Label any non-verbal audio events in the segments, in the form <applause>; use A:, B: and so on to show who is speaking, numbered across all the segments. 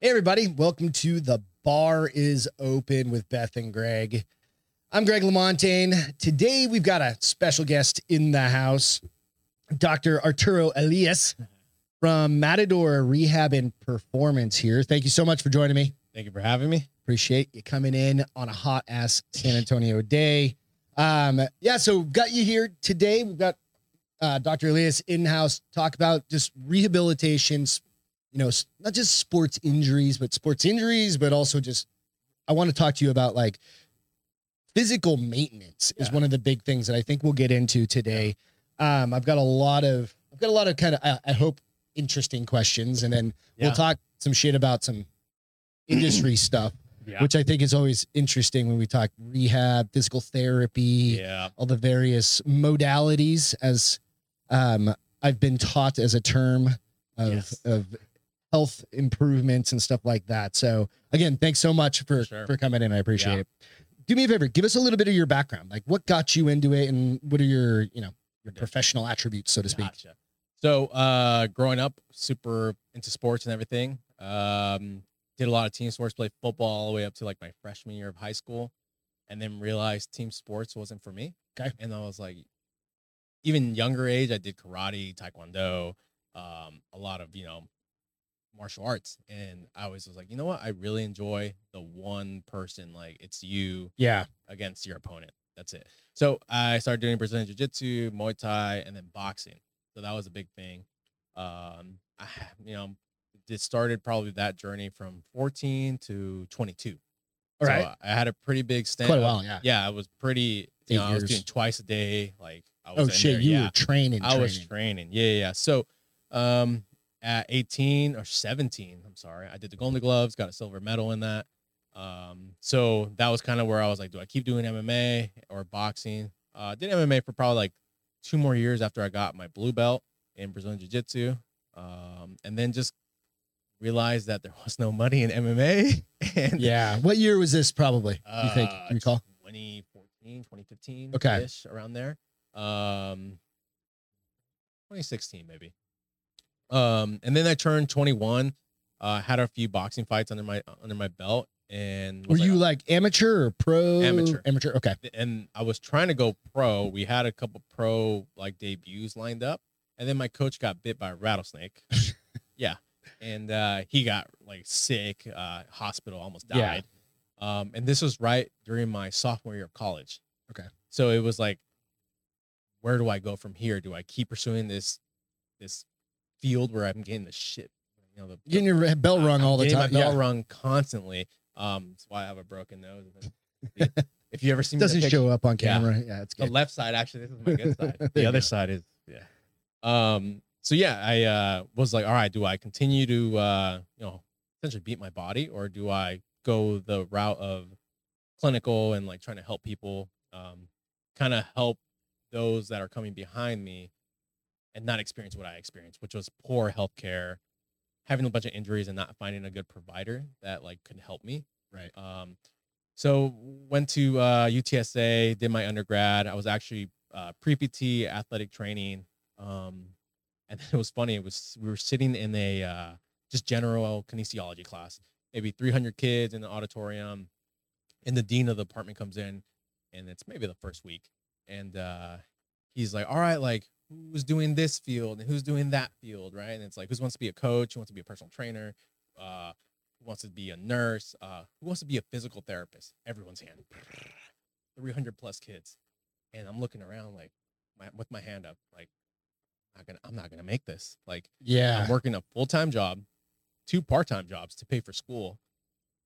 A: Hey, everybody. Welcome to The Bar is Open with Beth and Greg. I'm Greg LaMontagne. Today, we've got a special guest in the house, Dr. Arturo Elias from Matador Rehab and Performance here. Thank you so much for joining me.
B: Thank you for having me.
A: Appreciate you coming in on a hot ass San Antonio day. Um, yeah, so we've got you here today. We've got uh, Dr. Elias in house talk about just rehabilitation, s- you know, s- not just sports injuries, but sports injuries, but also just I want to talk to you about like physical maintenance is
B: Yeah.
A: one of the big things that I think we'll get into today. Um, I've got a lot of I've got a lot of kind of I, I hope interesting questions, and then
B: Yeah.
A: we'll talk some shit about some industry stuff,
B: Yeah.
A: which I think is always interesting when we talk rehab, physical therapy,
B: yeah.
A: all the various modalities as um, I've been taught as a term of,
B: Yes.
A: of health improvements and stuff like that. So again, thanks so much for,
B: Sure.
A: for coming in. I appreciate it. Do me a favor, give us a little bit of your background. Like what got you into it and what are your, you know, your
B: Yeah.
A: professional attributes, so to speak.
B: Gotcha. So, uh, growing up, super into sports and everything. Um, did a lot of team sports, played football all the way up to like my freshman year of high school, and then realized team sports wasn't for me.
A: Okay.
B: And I was like, even younger age, I did karate, taekwondo, um, a lot of you know, martial arts, and I always was like, you know what, I really enjoy the one person, like it's you.
A: Yeah.
B: against your opponent. That's it. So I started doing Brazilian Jiu Jitsu, Muay Thai, and then boxing. So that was a big thing. Um, I, ha- you know, it started probably that journey from 14 to 22.
A: All right.
B: So I had a pretty big stint.
A: Quite a
B: of-
A: while. Yeah.
B: uh, Yeah, I was pretty.
A: Eight
B: You know, I was
A: years.
B: doing twice a day. Like I was.
A: Oh
B: in
A: shit.
B: there,
A: You
B: yeah.
A: were training.
B: I was
A: training.
B: training. Yeah, yeah. yeah. So, um, at 18 or 17, I'm sorry, I did the Golden Gloves, got a silver medal in that. Um, so that was kind of where I was like, do I keep doing MMA or boxing? Uh, did MMA for probably like two more years after I got my blue belt in Brazilian Jiu Jitsu. Um, and then just realized that there was no money in MMA. <laughs> And
A: Yeah. What year was this probably? you think? Do
B: Uh,
A: you recall?
B: 2014, 2015,
A: Okay.
B: ish, around there. Um, 2016 maybe. Um, and then I turned 21. Uh, had a few boxing fights under my under my belt, and
A: Were
B: was
A: you like amateur or pro?
B: Amateur.
A: Amateur. Okay.
B: and I was trying to go pro. We had a couple pro like debuts lined up, and then my coach got bit by
A: <laughs>
B: a rattlesnake. yeah, and uh, he got like sick, uh, hospital, almost
A: Yeah.
B: died. Um, and this was right during my sophomore year of college.
A: Okay.
B: so it was like, where do I go from here? Do I keep pursuing this this field where I'm getting the shit, you know, the,
A: Getting your bell rung
B: I'm
A: all the
B: getting
A: time.
B: My bell
A: Yeah.
B: rung constantly. Um, that's why I have a broken nose.
A: <laughs>
B: if you ever see me, in a
A: Doesn't
B: picture-
A: show up on
B: Yeah.
A: camera. Yeah, it's
B: the
A: good.
B: left side actually this is my good side
A: <laughs> There
B: the
A: you
B: other
A: go.
B: side is yeah um so yeah i uh was like all right do i continue to uh you know essentially beat my body or do i go the route of clinical and like trying to help people um kind of help those that are coming behind me and not experience what i experienced which was poor healthcare having a bunch of injuries and not finding a good provider that like could help me
A: Right.
B: um, so went to uh, UTSA, did my undergrad. I was actually uh, pre PT athletic training, um, and <laughs> it was funny. It was we were sitting in a uh, just general kinesiology class, maybe 300 kids in the auditorium, and the dean of the department comes in, and it's maybe the first week, and uh, he's like, "All right, like." Who's doing this field and who's doing that field, right? And it's like, who wants to be a coach? Who wants to be a personal trainer? Uh, who wants to be a nurse, uh, who wants to be a physical therapist? Everyone's hand. 300 plus kids. And I'm looking around like my, with my hand up, like, I'm not gonna, I'm not gonna make this. Like
A: Yeah.
B: I'm working a full-time job, two part-time jobs to pay for school.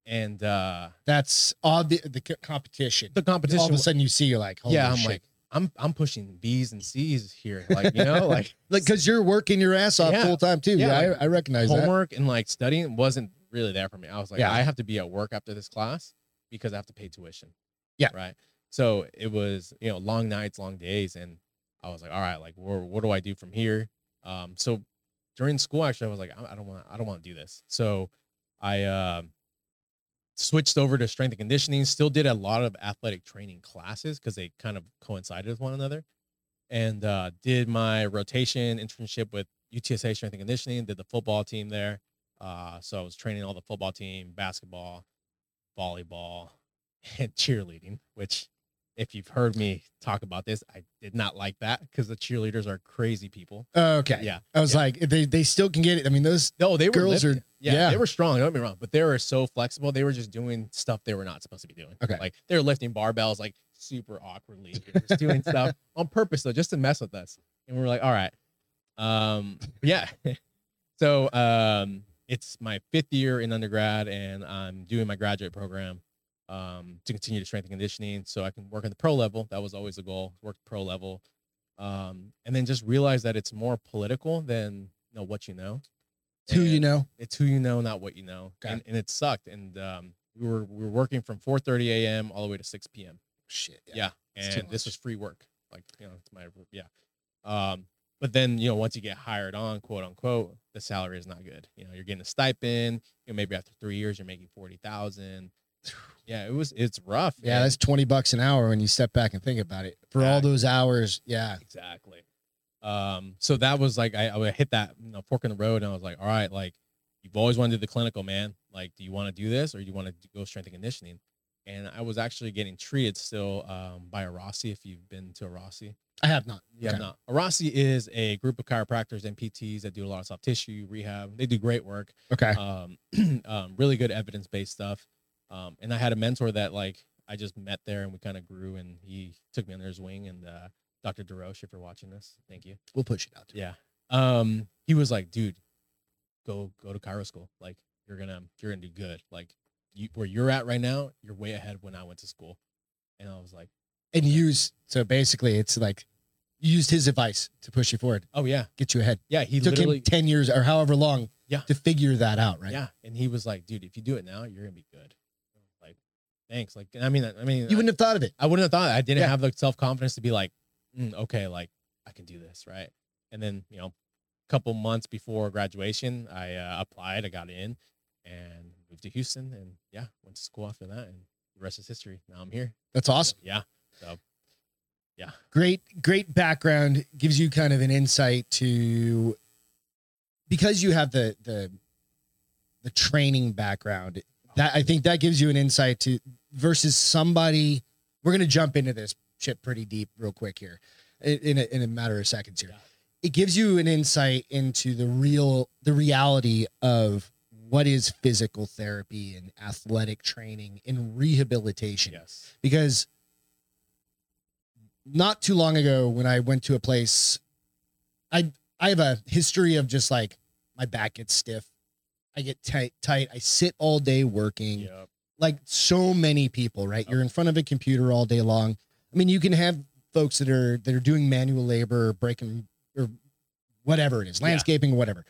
B: And uh,
A: That's all the, the c- competition.
B: the competition
A: All of a sudden you see, you're like, Holy
B: yeah, I'm
A: shit.
B: like, I'm I'm pushing B's and C's here. Like,
A: <laughs>
B: you know, like
A: like, cause you're working your ass off
B: Yeah.
A: full time too.
B: Yeah,
A: Yeah.
B: like,
A: I, I recognize that.
B: homework and like studying wasn't really there for me. I was like,
A: Yeah.
B: I have to be at work after this class because I have to pay tuition.
A: Yeah.
B: Right. So it was, you know, long nights, long days. And I was like, all right, like, where, what do I do from here? Um, so during school, actually, I was like, I I don't want, I don't want to do this. So I, um, switched over to strength and conditioning still did a lot of athletic training classes because they kind of coincided with one another and uh, did my rotation internship with utsa strength and conditioning did the football team there Uh, so I was training all the football team, basketball, volleyball, <laughs> and cheerleading. Which, if you've heard me talk about this, I did not like that because the cheerleaders are crazy people.
A: Okay.
B: Yeah.
A: I was
B: Yeah.
A: like, they, they still can get it. I mean, those
B: No, they were
A: girls
B: lifting.
A: are
B: Yeah,
A: Yeah.
B: they were strong. Don't get me wrong, but they were so flexible. They were just doing stuff they were not supposed to be doing.
A: Okay.
B: like they were lifting barbells like super awkwardly, just doing
A: <laughs>
B: stuff on purpose though, just to mess with us. And we were like, all right, um, yeah. <laughs> so um, it's my fifth year in undergrad, and I'm doing my graduate program um, to continue to strength and conditioning, so I can work at the pro level. That was always the goal. Work pro level, um, and then just realize that it's more political than you know what you know.
A: two, you
B: And-
A: know.
B: it's who you know, not what you know.
A: Got
B: And, and it sucked. And um, we were we were working from 4:30 a.m. all the way to 6 p.m.
A: Shit.
B: Yeah,
A: It's too
B: and this
A: much.
B: was free work. Like you know, it's my yeah. Um, but then you know, once you get hired on, quote unquote, the salary is not good. You know, you're getting a stipend. You know, maybe after three years, you're making forty
A: <sighs>
B: thousand. Yeah, it was it's rough.
A: Yeah,
B: and-
A: that's 20 bucks an hour when you step back and think about it. For all
B: Exactly.
A: those hours, yeah.
B: Exactly. Um, so that was like I, I would hit that you know, fork in the road, and I was like, all right, like you've always wanted to do the clinical, man. Like, do you want to do this or do you want to go strength and conditioning? And I was actually getting treated still um, by Arasi. If you've been to Arasi,
A: I have not.
B: yeah,
A: Okay.
B: not Arasi is a group of chiropractors and PTs that do a lot of soft tissue rehab. They do great work
A: Okay.
B: um, um, <clears throat> really good evidence based stuff. Um, and I had a mentor that like I just met there and we kind of grew and he took me under his wing and uh, Dr. DeRoche, if you're watching this, thank you.
A: we'll push it out.
B: Yeah. Um, he was like, dude, go go to Cairo school. Like you're gonna you're gonna do good. Like you, where you're at right now, you're way ahead when I went to school. And I was like,
A: And use, so basically, it's like, you used his advice to push you forward,
B: oh yeah,
A: get you ahead.
B: yeah. He
A: It took
B: literally
A: him 10 years or however long
B: Yeah.
A: to figure that out, right?
B: yeah. And he was like, dude, if you do it now, you're gonna be good. Like, thanks. Like I mean I mean
A: You wouldn't have thought of it.
B: I wouldn't have thought I didn't
A: Yeah.
B: have the self confidence to be like, "Mm, okay, like I can do this, right? And then you know, a couple months before graduation, I uh, applied, I got in, and moved to Houston, and yeah, went to school after that, and the rest is history. Now I'm here.
A: That's awesome.
B: Yeah, so yeah,
A: great great background gives you kind of an insight to because you have the the the training background that i think that gives you an insight to versus somebody we're going to jump into this shit pretty deep real quick here in in a, in a matter of seconds here
B: Yeah.
A: it gives you an insight into the real the reality of what is physical therapy and athletic training and rehabilitation
B: yes,
A: because not too long ago when I went to a place, I I have a history of just like my back gets stiff, I get tight, tight. I sit all day working,
B: yep,
A: like so many people. Right, you're in front of a computer all day long. I mean, you can have folks that are that are doing manual labor, breaking or whatever it is,
B: Yeah.
A: landscaping, whatever.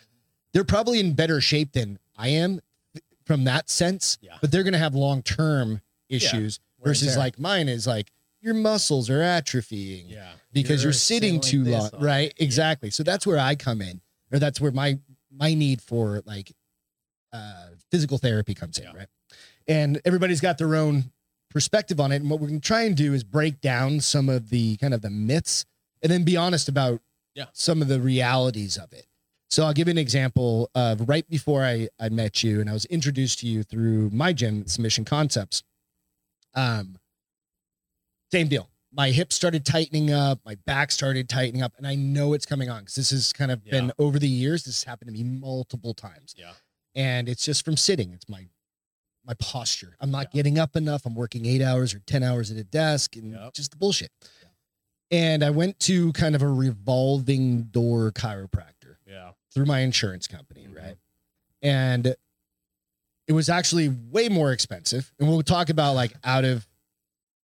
A: They're probably in better shape than I am from that sense,
B: yeah,
A: but they're going to have long term issues
B: Wear and
A: versus
B: tear.
A: like mine is like your muscles are atrophying
B: yeah,
A: because you're, sitting
B: like
A: too
B: this
A: long,
B: all day.
A: right? Exactly. So that's where I come in, or that's where my my need for like uh, physical therapy comes in,
B: Yeah.
A: right? And everybody's got their own perspective on it, and what we're going to try and do is break down some of the kind of the myths, and then be honest about
B: Yeah.
A: some of the realities of it. So I'll give you an example of right before I, I met you and I was introduced to you through my gym submission concepts. Um, same deal. My hips started tightening up, my back started tightening up, and I know it's coming on because this has kind of been
B: Yeah.
A: over the years. This has happened to me multiple times,
B: Yeah,
A: and it's just from sitting. It's my my posture. I'm not
B: Yeah.
A: getting up enough. I'm working eight hours or ten hours at a desk, and
B: Yep.
A: just the bullshit. And I went to kind of a revolving door chiropractor
B: yeah,
A: through my insurance company,
B: Mhm.
A: right? And it was actually way more expensive. And we'll talk about like out of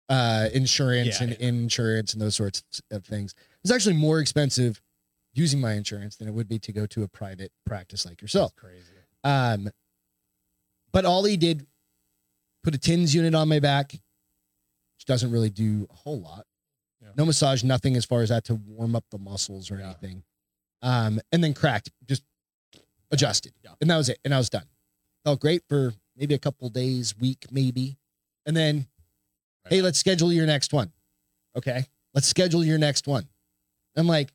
A: uh, insurance
B: Yeah,
A: and
B: yeah.
A: insurance and those sorts of things. It's actually more expensive using my insurance than it would be to go to a private practice like yourself.
B: it's crazy.
A: Um, but all he did, put a tins unit on my back, which doesn't really do a whole lot.
B: Yeah.
A: No massage, nothing as far as that to warm up the muscles or
B: Yeah.
A: anything. Um, and then cracked, just adjusted,
B: Yeah.
A: and that was it. And I was done. Felt great for maybe a couple days, week maybe, and then,
B: Right.
A: hey, let's schedule your next one. Okay, let's schedule your next one. I'm like,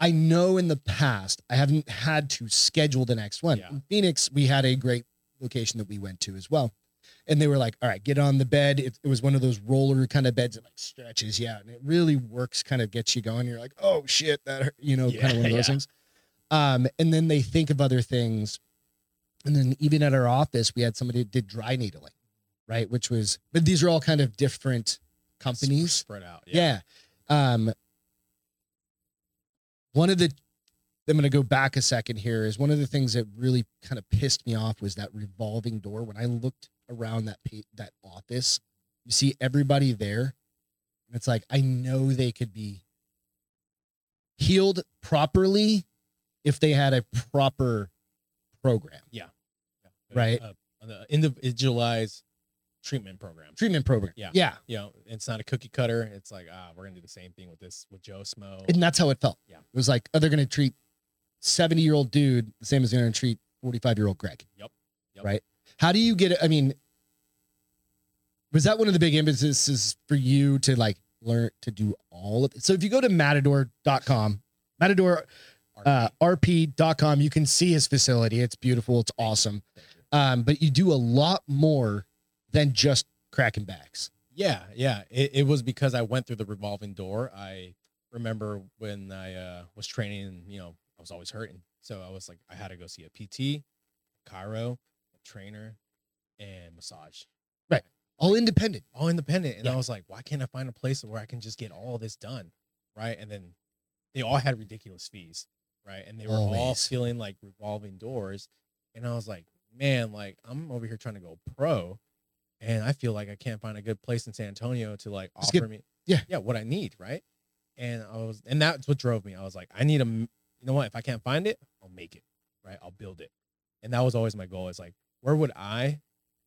A: I I know in the past I haven't had to schedule the next one.
B: Yeah.
A: In Phoenix, we had a great location that we went to as well. And they were like, all right, get on the bed. It, it was one of those roller kind of beds that like stretches. Yeah. And it really works, kind of gets you going. You're like, oh shit, that, hurt," you know, kind
B: Yeah,
A: of one of those
B: yeah.
A: things. Um, and then they think of other things. And then even at our office, we had somebody that did dry needling, right? Which was, but these are all kind of different companies.
B: spread out. Yeah.
A: Yeah. Um one of the I'm gonna go back a second here is one of the things that really kind of pissed me off was that revolving door. When I looked around that pa- that office, you see everybody there. And it's like I know they could be healed properly if they had a proper program,
B: Yeah.
A: Right.
B: Uh, an individualized treatment program.
A: treatment program.
B: Yeah.
A: Yeah.
B: You know, it's not a cookie cutter. It's like, ah, we're gonna do the same thing with this with Joe Smo.
A: And that's how it felt.
B: Yeah.
A: It was like, oh, they're gonna treat 70 year old dude the same as they're gonna treat 45 year old Greg.
B: Yep.
A: right. How do you get it? I mean, was that one of the big impetuses for you to like learn to do all of it? So if you go to matador.com, matador
B: RP.
A: uh, rp.com, you can see his facility. It's beautiful, it's awesome.
B: Thank you.
A: Um, but you do a lot more than just cracking backs.
B: Yeah, yeah. It, it was because I went through the revolving door. I remember when I uh, was training, you know, I was always hurting. So I was like, I had to go see a PT, chiro, a trainer, and massage.
A: All independent.
B: All independent. And
A: Yeah.
B: I was like, why can't I find a place where I can just get all this done? Right. And then they all had ridiculous fees. Right. And they were all
A: Always.
B: feeling like revolving doors. And I was like, man, like I'm over here trying to go pro. And I feel like I can't find a good place in San Antonio to like
A: Just
B: offer
A: get-
B: me
A: yeah.
B: yeah, what I need. Right. And I was, and that's what drove me. I was like, I need a, m- you know what? If I can't find it, I'll make it. Right. I'll build it. And that was always my goal. It's like, where would I,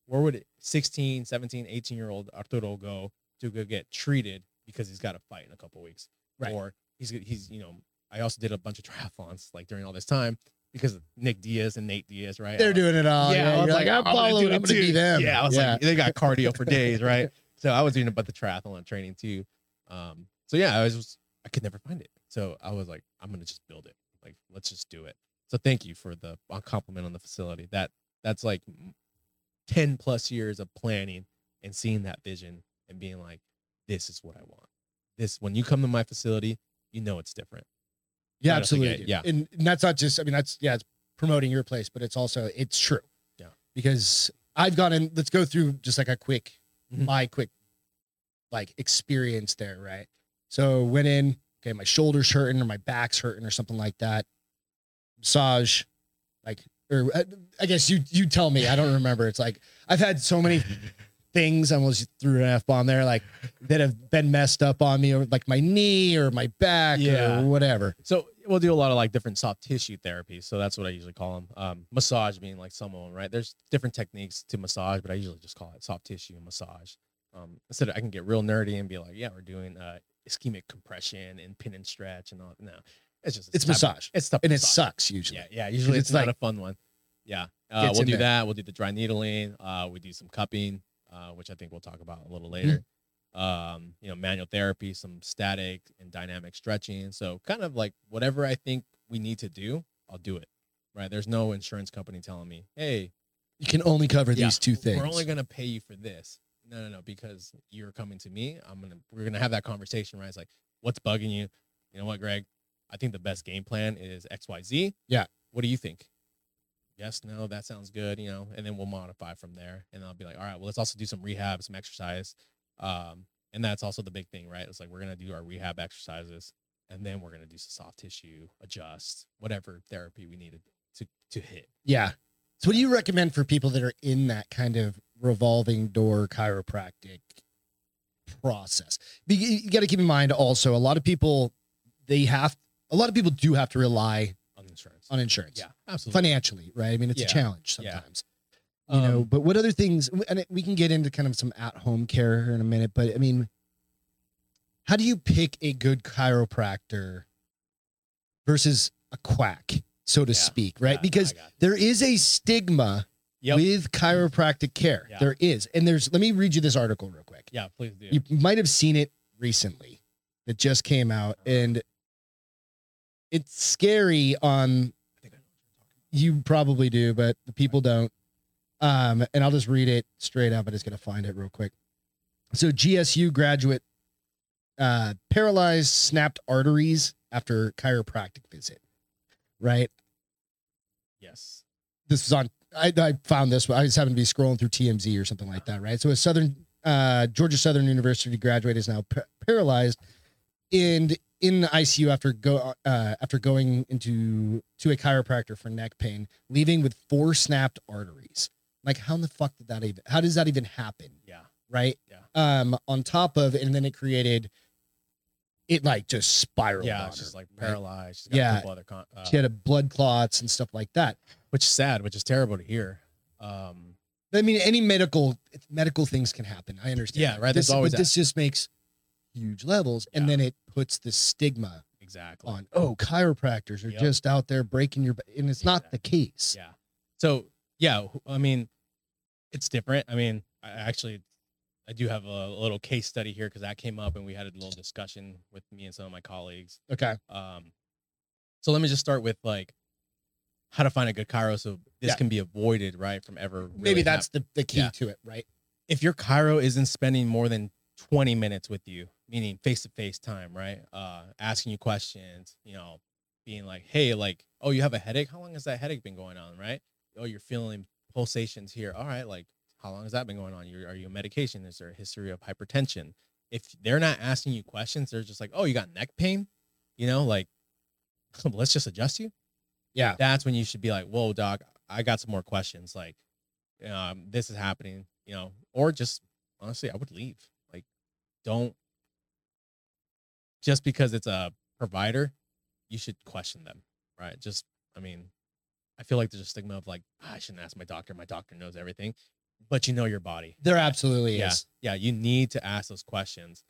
B: where would 16, 17, 18 year old Arturo go to go get treated because he's got a fight in a couple weeks?
A: Right.
B: Or he's, he's, you know, I also did a bunch of triathlons like during all this time because of Nick Diaz and Nate Diaz, right?
A: They're
B: I was-
A: doing it all.
B: yeah, I
A: you're
B: was like, I'm,
A: following,
B: following,
A: I'm gonna be them.
B: Yeah, I was like, they got cardio for days, <laughs> right? So I was doing a bunch of triathlon training too. Um, so yeah, I was just, I could never find it. So I was like, I'm gonna just build it. Like, let's just do it. So thank you for the uh, compliment on the facility. That that's like ten plus years of planning and seeing that vision and being like, this is what I want. This when you come to my facility, you know it's different.
A: Yeah,
B: right off the
A: absolutely.
B: gate,
A: Yeah.
B: yeah.
A: And, and that's not just, I mean, that's, yeah, it's promoting your place, but it's also, it's true.
B: Yeah.
A: Because I've gone in, let's go through just like a quick,
B: Mhm.
A: my quick, like experience there, right? So went in, okay, my shoulder's hurting or my back's hurting or something like that. Massage, like, or uh, I guess you, you tell me, I don't remember. It's like, I've had so
B: <laughs>
A: many things, I almost threw an F bomb there, like that have been messed up on me or like my knee or my back
B: Yeah.
A: or whatever.
B: So we'll do a lot of like different soft tissue therapy. So that's what I usually call them. Um, massage being like some of them, right? There's different techniques to massage, but I usually just call it soft tissue massage. Um, instead, of, I can get real nerdy and be like, yeah, we're doing uh, ischemic compression and pin and stretch and all. No, it's just
A: It's
B: type-
A: massage.
B: It's stuff
A: and it
B: massage.
A: sucks usually.
B: Yeah, yeah. Usually
A: it's
B: it's, not
A: like-
B: a fun one. Yeah, uh,
A: Gets
B: we'll
A: in
B: do
A: there.
B: that. We'll do the dry needling. Uh, we do some cupping, uh, which I think we'll talk about a little
A: Mm-hmm.
B: later. Um, you know, manual therapy, some static and dynamic stretching. So kind of like whatever I think we need to do, I'll do it. Right? There's no insurance company telling me, hey,
A: You can only cover
B: yeah,
A: these two things.
B: we're only gonna pay you for this. No, no, no, because you're coming to me. I'm gonna we're gonna have that conversation, right? It's like, what's bugging you? You know what, Greg? I think the best game plan is XYZ.
A: Yeah.
B: What do you think? Yes, no, that sounds good, you know, and then we'll modify from there. And I'll be like, all right, well, let's also do some rehab, some exercise. Um, and that's also the big thing, right? It's like we're gonna do our rehab exercises and then we're gonna do some soft tissue, adjust, whatever therapy we needed to to hit.
A: yeah. So what do you recommend for people that are in that kind of revolving door chiropractic process? Be- You got to keep in mind also a lot of people they have a lot of people do have to rely
B: On insurance.
A: on insurance.
B: yeah, absolutely.
A: Financially, right? I mean, it's a
B: Mm-hmm. Yeah.
A: challenge
B: Yeah.
A: sometimes. You know,
B: Um,
A: but what other things and it- we can get into kind of some at-home care here in a minute, but I mean how do you pick a good chiropractor versus a quack, so to
B: Yeah.
A: speak, right?
B: I- I
A: because
B: got it.
A: there is a stigma
B: Yep. Mm-hmm.
A: with chiropractic care.
B: Yeah.
A: There is. And there's, let me read you this article real quick.
B: yeah, please do.
A: You might have seen it recently that just came out. And it's scary on you probably do, but the people don't. Um, and I'll just read it straight up. I just gotta find it real quick. So GSU graduate uh paralyzed snapped arteries after chiropractic visit. Right?
B: Yes.
A: This was on I, I found this I just happened to be scrolling through TMZ or something like that, right? So a southern uh Georgia Southern University graduate is now pa- paralyzed and in the ICU after go uh, after going into to a chiropractor for neck pain, leaving with four snapped arteries. Like how in the fuck did that even? How does that even happen?
B: Yeah.
A: Right.
B: Yeah.
A: Um. On top of, and then it created. It like just spiraled.
B: Yeah.
A: on
B: She's
A: her,
B: like
A: right?
B: paralyzed. She's got
A: Yeah.
B: A couple other con- uh,
A: She had a blood clots and stuff like that.
B: which is sad, which is terrible to hear. Um,
A: I mean, any medical medical things can happen. I understand.
B: Yeah, right,
A: This,
B: there's always
A: but this just makes huge levels, and
B: Yeah.
A: then it puts the stigma
B: exactly.
A: on oh chiropractors are
B: Yep.
A: just out there breaking your ba-" and it's not the case
B: Yeah. So yeah, wh- I mean, it's different. I mean, I actually, I do have a little case study here because that came up and we had a little discussion with me and some of my colleagues.
A: okay
B: Um, so let me just start with like how to find a good Cairo so this
A: Yeah.
B: can be avoided, right, from ever. really
A: maybe that's
B: hap-
A: the, the key
B: Yeah.
A: to it right
B: if your Cairo isn't spending more than 20 minutes with you, meaning face to face time, right? Uh, asking you questions, you know, being like, hey, like, oh, you have a headache? How long has that headache been going on, right? Oh, you're feeling pulsations here. All right, like, how long has that been going on? You're, are you on medication? Is there a history of hypertension? If they're not asking you questions, they're just like, oh, you got neck pain, you know, like, <laughs> let's just adjust you
A: yeah
B: that's when you should be like, whoa, doc, I got some more questions. Like, um, this is happening, you know, or just honestly, I would leave. Like, don't just because it's a provider, you should question them, right? Just, I mean, I feel like there's a stigma of like, "Ah, I shouldn't ask my doctor. My doctor knows everything, but you know your body
A: there absolutely
B: yeah
A: is
B: yeah you need to ask those questions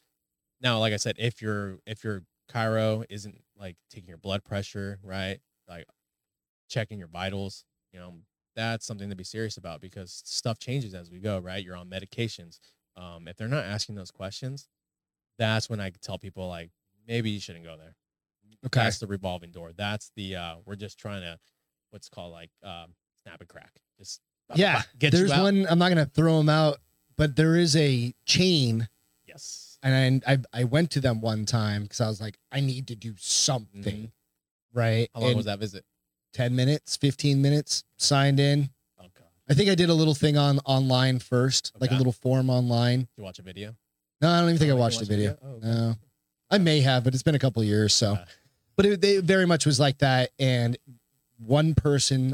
B: now like i said if your if your chiro isn't like taking your blood pressure right like checking your vitals you know that's something to be serious about because stuff changes as we go right you're on medications um, if they're not asking those questions that's when i tell people like maybe you shouldn't go there
A: okay
B: that's the revolving door that's the uh we're just trying to what's called like um snap and crack just <laughs>
A: yeah
B: get
A: there's
B: you out.
A: one i'm not gonna throw them out but there is a chain
B: yes
A: and I, I went to them one time because i was like i need to do something
B: Mhm.
A: right
B: how long
A: And
B: was that visit
A: 10 minutes 15 minutes signed in
B: oh god
A: i think i did a little thing on online first like a
B: Okay.
A: little form online
B: Did you watch a video?
A: no i don't even think i
B: Oh, you
A: watched the
B: watched
A: video
B: Oh, okay.
A: no i may have but it's been a couple of years so
B: Uh,
A: but it, they very much was like that and one person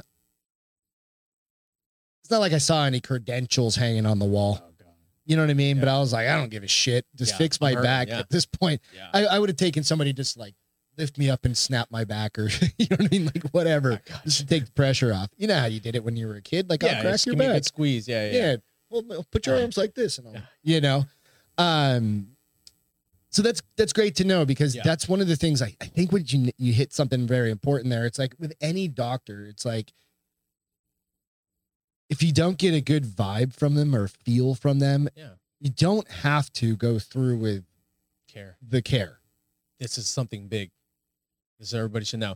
A: it's not like i saw any credentials hanging on the
B: oh,
A: wall
B: God.
A: you know what i mean
B: Yeah.
A: but i was like i don't give a shit just
B: Yeah,
A: fix my
B: I'm hurting,
A: back
B: yeah.
A: at this point
B: Yeah.
A: i, I would have taken somebody just like lift me up and snap my back or <laughs> you know what i mean like whatever
B: Oh, God.
A: just to take the pressure off you know how you did it when you were a kid like
B: yeah,
A: i'll crack
B: just
A: your
B: give me a
A: back
B: good squeeze. Yeah, yeah.
A: yeah. Well, put your
B: Yeah.
A: arms like this, and all,
B: Yeah.
A: you know, um, so that's that's great to know because
B: Yeah.
A: that's one of the things I, I think what you you hit something very important there. It's like with any doctor, it's like if you don't get a good vibe from them or feel from them,
B: yeah.
A: you don't have to go through with
B: Care.
A: the care.
B: This is something big. This is everybody should know.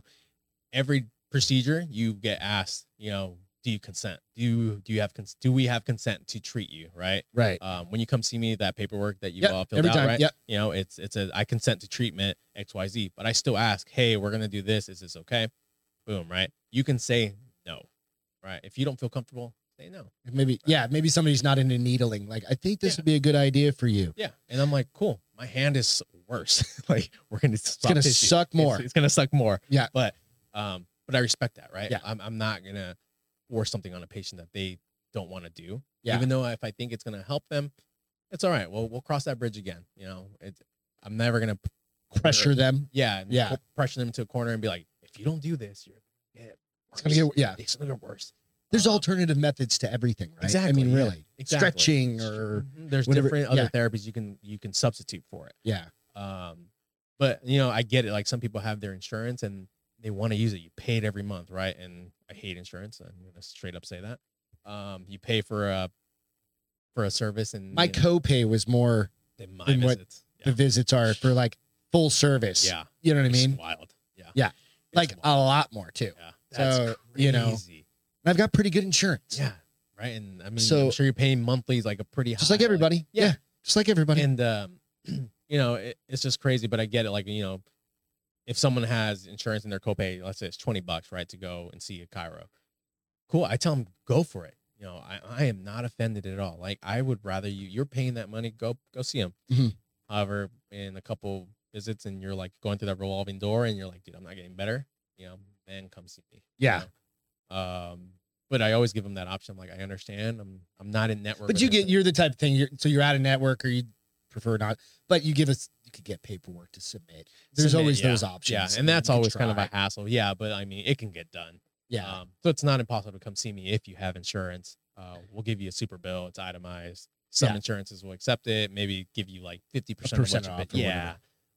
B: Every procedure you get asked, you know, do you consent? Do you do you have cons- do we have consent to treat you, right?
A: Right.
B: Um, when you come see me, that paperwork that you
A: Yep,
B: all filled
A: Every
B: out,
A: time.
B: right?
A: Yep.
B: You know, it's it's a I consent to treatment XYZ, but I still ask, hey, we're gonna do this. Is this okay? Boom, right? You can say no, right? If you don't feel comfortable, say no.
A: Maybe. Yeah. Maybe somebody's not into needling. Like I think this
B: Yeah.
A: would be a good idea for you.
B: Yeah. And I'm like, cool. My hand is worse. <laughs> like we're gonna it's
A: gonna suck more.
B: It's, gonna suck more.
A: Yeah.
B: But um, but I respect that, right?
A: Yeah.
B: I'm I'm not gonna force something on a patient that they don't want to do.
A: Yeah.
B: Even though if I think it's gonna help them, it's all right. Well, we'll cross that bridge again. You know, it's I'm never gonna p- corner-
A: Pressure them.
B: Yeah. and
A: Yeah.
B: p- Pressure them to a corner and be like, if you don't do this, you're yeah,
A: It's gonna get. Yeah.
B: it's gonna get worse.
A: There's
B: Um,
A: alternative methods to everything, right? I
B: Exactly,
A: mean,
B: yeah.
A: really,
B: Exactly. Mm-hmm.
A: stretching or
B: there's
A: whatever-
B: different other
A: yeah.
B: therapies you can you can substitute for it.
A: yeah,
B: Um, but you know, I get it. Like some people have their insurance and they want to use it. You pay it every month, right? And I hate insurance. I'm gonna straight up say that. Um, you pay for a for a service and
A: my
B: you know,
A: copay was more
B: than my
A: than what
B: visits.
A: the visits are for like full service.
B: yeah,
A: you know what I
B: it's
A: mean.
B: wild. Yeah,
A: Yeah. like a lot more too.
B: yeah.
A: so, you know,
B: crazy.
A: And I've got pretty good insurance.
B: yeah, right. And I mean,
A: So-
B: I'm sure you're paying monthly is like a pretty
A: Just
B: high,
A: like everybody.
B: yeah.
A: yeah. Just like everybody.
B: and um, <clears throat> you know, it, it's just crazy. But I get it. Like you know, if someone has insurance in their copay, let's say it's twenty bucks, right, to go and see a Cairo. Cool. I tell them go for it. You know, I, I am not offended at all. Like I would rather you you're paying that money. Go go see him.
A: Mhm.
B: However, in a couple visits, and you're like going through that revolving door, and you're like, dude, I'm not getting better. You know, man, come see me. you
A: Yeah.
B: know? Um, but I always give them that option. I'm like, I understand. I'm I'm not in network.
A: But
B: with
A: you
B: this
A: get you're the type of thing you're so you're out of network or you prefer not, but you give us you could get paperwork to submit. There's
B: submit,
A: always
B: yeah,
A: those options.
B: Yeah,
A: that
B: and that's
A: you can
B: always kind of
A: try.
B: a hassle. Yeah, but I mean, it can get done.
A: yeah.
B: Um, so it's not impossible to come see me if you have insurance. Uh, we'll give you a super bill. It's itemized. Some
A: Yeah.
B: insurances will accept it. Maybe give you like fifty percent of what
A: percent
B: you
A: off
B: bid-
A: or
B: Yeah.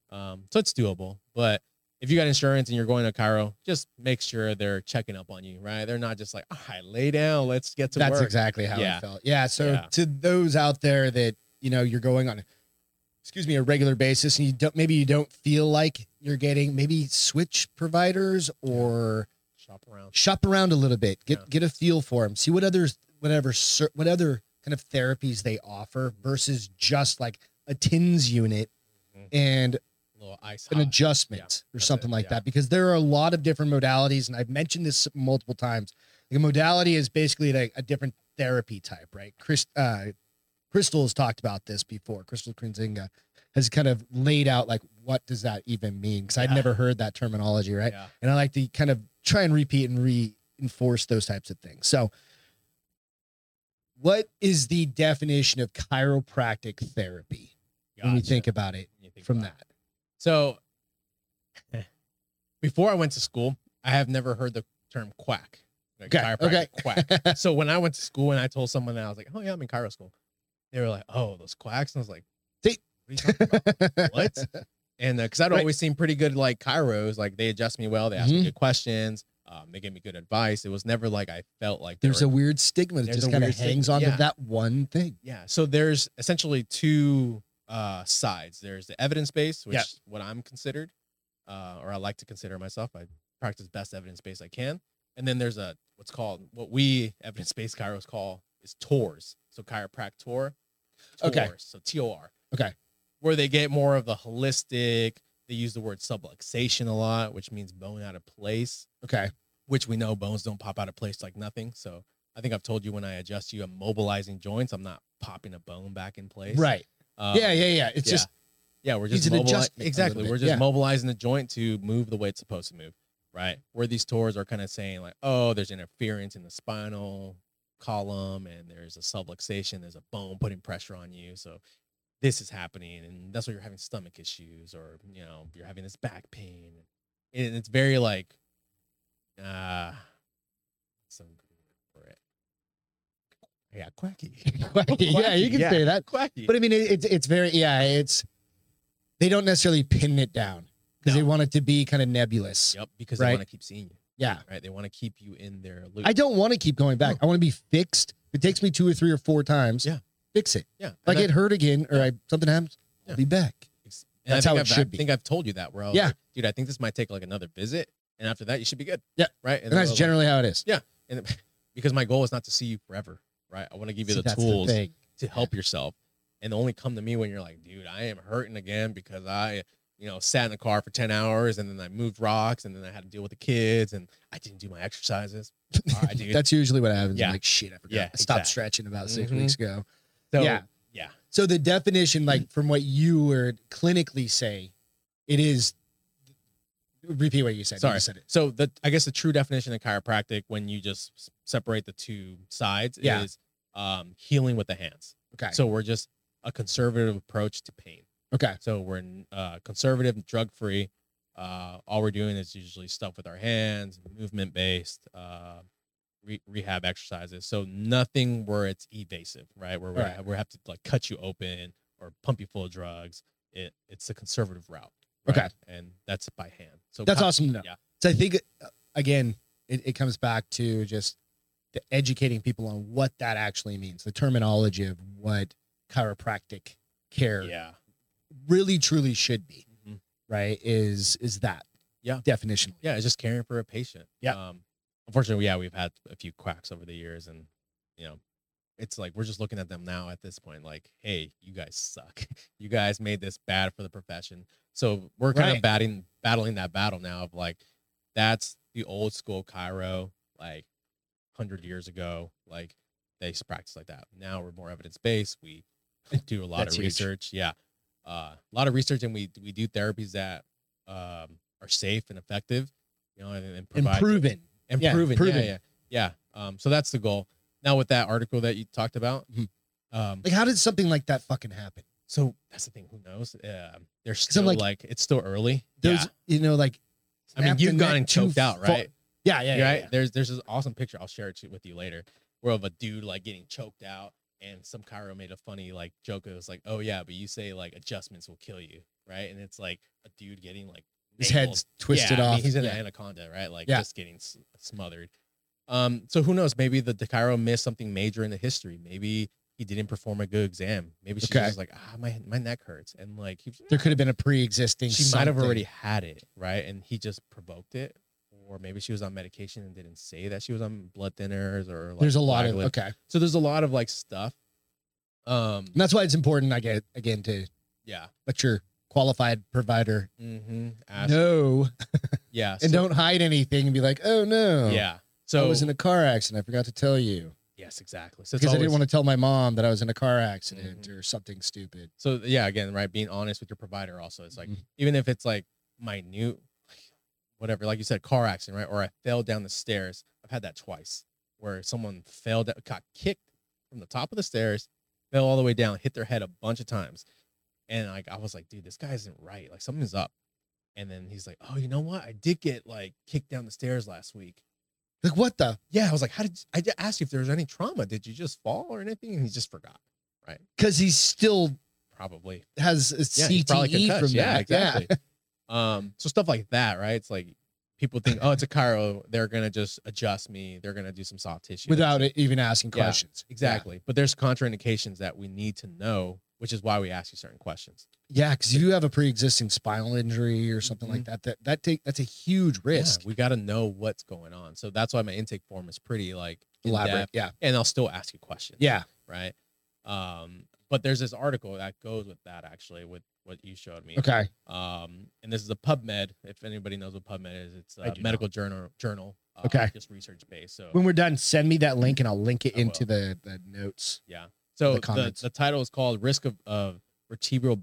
B: Um, so it's doable. But if you got insurance and you're going to Cairo, just make sure they're checking up on you, right? They're not just like, all right, lay down, let's get to
A: That's
B: work.
A: exactly how
B: Yeah.
A: it felt. Yeah. So
B: Yeah.
A: to those out there that you know you're going on, excuse me, a regular basis, and you don't maybe you don't feel like you're getting maybe switch providers or
B: Shop around.
A: shop around a little bit, get
B: Yeah.
A: get a feel for them, see what others, whatever, cer- what other kind of therapies they offer versus just like a tins unit
B: Mhm.
A: and
B: little ice.
A: an
B: hot.
A: adjustment or
B: that's
A: something
B: it,
A: like
B: yeah.
A: that because there are a lot of different modalities and i've mentioned this multiple times like a modality is basically like a different therapy type right Chris, uh, crystal has talked about this before crystal krinzinga has kind of laid out like what does that even mean because i'd
B: Yeah.
A: never heard that terminology right
B: Yeah.
A: and i like to kind of try and repeat and reinforce those types of things so what is the definition of chiropractic therapy when you
B: Gotcha.
A: think about it
B: When you think
A: from
B: about it.
A: that
B: So before I went to school, I have never heard the term quack. Like
A: Okay,
B: chiropractic
A: okay. <laughs>
B: Quack. So when I went to school and I told someone that I was like, Oh yeah, I'm in Cairo school. They were like, Oh, those quacks. And I was like,
A: See-
B: what are you talking about? <laughs> what? And because I'd
A: Right.
B: always seem pretty good, like Kairos, like they adjust me well, they ask
A: Mhm.
B: me good questions, um, they gave me good advice. It was never like I felt like they
A: there's
B: were-
A: a weird stigma that
B: There's
A: just
B: a
A: kind of
B: weird stigma,
A: hangs on
B: yeah.
A: to that one thing.
B: Yeah. So there's essentially two uh, sides. There's the evidence base, which
A: Yeah.
B: is what I'm considered, uh, or I like to consider myself. I practice best evidence base I can. And then there's a what's called what we <laughs> evidence based chiros call is TORs. So chiropractor. TORs,
A: Okay.
B: So T O R.
A: Okay.
B: Where they get more of the holistic. They use the word subluxation a lot, which means bone out of place
A: Okay.
B: which we know bones don't pop out of place like nothing. So I think I've told you when I adjust you, I'm mobilizing joints. I'm not popping a bone back in place.
A: Right.
B: Um,
A: yeah, yeah, yeah. It's
B: yeah.
A: just
B: Yeah. We're
A: Needs
B: just
A: an
B: mobilizing.
A: adjustment a
B: Exactly.
A: little
B: We're
A: bit,
B: just
A: yeah.
B: mobilizing the joint to move the way it's supposed to move. Right. Where these tours are kind of saying like, oh, there's interference in the spinal column and there's a subluxation. There's a bone putting pressure on you. So this is happening and that's why you're having stomach issues or, you know, you're having this back pain. And it's very like, uh, some for it. Yeah, quacky.
A: <laughs>
B: <laughs>
A: quacky. Yeah, you
B: Quacky,
A: can say that.
B: Quacky.
A: But I mean, it, it's it's very yeah. It's they don't necessarily pin it down because they
B: No.
A: want it to be kind of nebulous.
B: yep, because
A: right.
B: they want to keep seeing you.
A: Yeah.
B: right? They want to keep you in their loop.
A: I don't want to keep going back. I want to be fixed. If it takes me two or three or four times.
B: Yeah.
A: Fix it.
B: yeah,
A: If I
B: and
A: get hurt again or I something happens,
B: Yeah.
A: I'll be back.
B: that's, and I
A: that's
B: think
A: how it
B: I've-
A: should
B: I
A: be.
B: think I've told you that. Where I was
A: Yeah.
B: like, dude, I think this might take like another visit, and after that, you should be good.
A: Yeah.
B: right.
A: And
B: then
A: that's
B: I was like-
A: generally how it is.
B: and then- because my goal is not to see you forever, right? I want to give you
A: See,
B: the
A: that's
B: tools
A: thing.
B: to help yourself, and only come to me when you're like, dude, I am hurting again because I. You know, sat in the car for ten hours, and then I moved rocks, and then I had to deal with the kids, and I didn't do
A: <laughs>
B: my exercises. All right, dude.
A: That's usually what happens. I'm
B: Yeah.
A: like, shit, I forgot.
B: Yeah,
A: I stopped
B: exactly.
A: stretching about 6
B: Mhm.
A: weeks ago.
B: so,
A: yeah.
B: yeah,
A: So the definition, like from what you were clinically say, it is. Repeat what you said.
B: Sorry.
A: you said it.
B: So the I guess the true definition of chiropractic when you just s- separate the two sides
A: Yeah.
B: is um, healing with the hands.
A: Okay.
B: So we're just a conservative approach to pain.
A: okay.
B: So we're uh, conservative, drug free. Uh, all we're doing is usually stuff with our hands, movement based, uh, re- rehab exercises. So nothing where it's evasive, right? Where we
A: Right.
B: we have to like cut you open or pump you full of drugs. It it's the conservative route.
A: Okay.
B: right? And that's by hand. So
A: That's
B: chi-
A: awesome to know.
B: Uh, yeah.
A: So I think uh, again, it, it comes back to just the educating people on what that actually means, the terminology of what chiropractic care
B: Yeah.
A: really truly should be.
B: Mhm.
A: Right? Is is that
B: Yeah.
A: definition.
B: yeah, it's just caring for a patient.
A: Yeah.
B: Um, unfortunately, yeah, we've had a few quacks over the years, and you know, it's like we're just looking at them now at this point, like, hey, you guys suck. <laughs> you guys made this bad for the profession. So we're kind
A: Right.
B: of batting battling that battle now of like, that's the old school Cairo, like, hundred years ago, like they used to practice like that. Now we're more evidence based. We <laughs> do a lot
A: That's
B: of
A: huge.
B: research. Yeah, uh, a lot of research, and we we do therapies that um, are safe and effective. You know, and, and provide
A: Improving.
B: and
A: Yeah,
B: proven.
A: proven.
B: Yeah, yeah, yeah. Um, so that's the goal. Now with that article that you talked about,
A: Mhm.
B: um,
A: Like, how did something like that fucking happen?
B: so that's the thing. Who knows? Uh, they're
A: I'm
B: still
A: like-
B: like, it's still early.
A: There's,
B: yeah.
A: you know, like,
B: I mean,
A: snapped
B: you've
A: the
B: gotten
A: neck too
B: choked out,
A: far-
B: right?
A: Yeah, yeah, yeah,
B: right?
A: yeah.
B: There's there's this awesome picture. I'll share it to- with you later, where of a dude like getting choked out, and some Cairo made a funny like joke. It was like, oh yeah, but you say like adjustments will kill you, right? And it's like a dude getting like
A: His
B: nailed.
A: head's twisted
B: Yeah, I
A: off.
B: mean, he's in
A: yeah.
B: an anaconda, right? Like
A: Yeah.
B: just getting s- smothered. Um, so who knows? Maybe the Cairo missed something major in the history. Maybe he didn't perform a good exam. Maybe she's
A: Okay.
B: just like, ah, my my neck hurts, and like he was,
A: There could have been a pre-existing.
B: she might have
A: something.
B: already had it, right? And he just provoked it, or maybe she was on medication and didn't say that she was on blood thinners or. Like
A: There's a lot of
B: Viagra.
A: okay, and
B: so there's a lot of like stuff. Um.
A: that's why it's important. I get again to
B: Yeah.
A: let your qualified provider
B: Mm-hmm.
A: know
B: Yeah.
A: and
B: so-
A: don't hide anything and be like, oh no,
B: Yeah.
A: I
B: So
A: was in a car accident. I forgot to tell you
B: yes, exactly. So it's
A: because I didn't
B: always- Mm-hmm.
A: want to tell my mom that I was in a car accident or something stupid.
B: So yeah, again, right, being honest with your provider also. It's like
A: Mhm.
B: even if it's like minute, whatever, like you said, car accident, right? Or I fell down the stairs. I've had that twice where someone fell down, got kicked from the top of the stairs, fell all the way down, hit their head a bunch of times. And like I was like, dude, this guy isn't right. Like something's up. And then he's like, Oh, you know what? I did get like kicked down the stairs last week.
A: Like what the?
B: Yeah, I was like, How did I ju- asked you if there was any trauma? Did you just fall or anything? And he just forgot.
A: Because he still
B: Probably.
A: has a
B: he's probably
A: CTE from
B: concussed. E yeah,
A: that.
B: Exactly. <laughs> um, so stuff like that, right? It's like people think, oh, it's a Cairo. They're gonna just adjust me. They're gonna do some soft tissue.
A: without it even asking
B: Yeah,
A: questions.
B: exactly. But there's contraindications that we need to know, which is why we ask you certain questions.
A: Yeah, because if you have a pre-existing spinal injury or something like that, that that take that's a huge risk.
B: Mm-hmm. Yeah, we got to know what's going on. So that's why my intake form is pretty like
A: Elaborate.
B: elaborate,
A: Yeah,
B: and I'll still ask you questions.
A: yeah.
B: right. Um, but there's this article that goes with that actually, with what you showed me.
A: Okay.
B: um, and this is a PubMed. If anybody knows what PubMed is, it's
A: I
B: a
A: do
B: medical journal journal. Uh,
A: Okay.
B: just research based. So
A: When we're done, send me that link and I'll link it
B: I will.
A: into the, the notes.
B: so
A: the
B: the, the,
A: comments.
B: title is called "Risk of, of Vertebral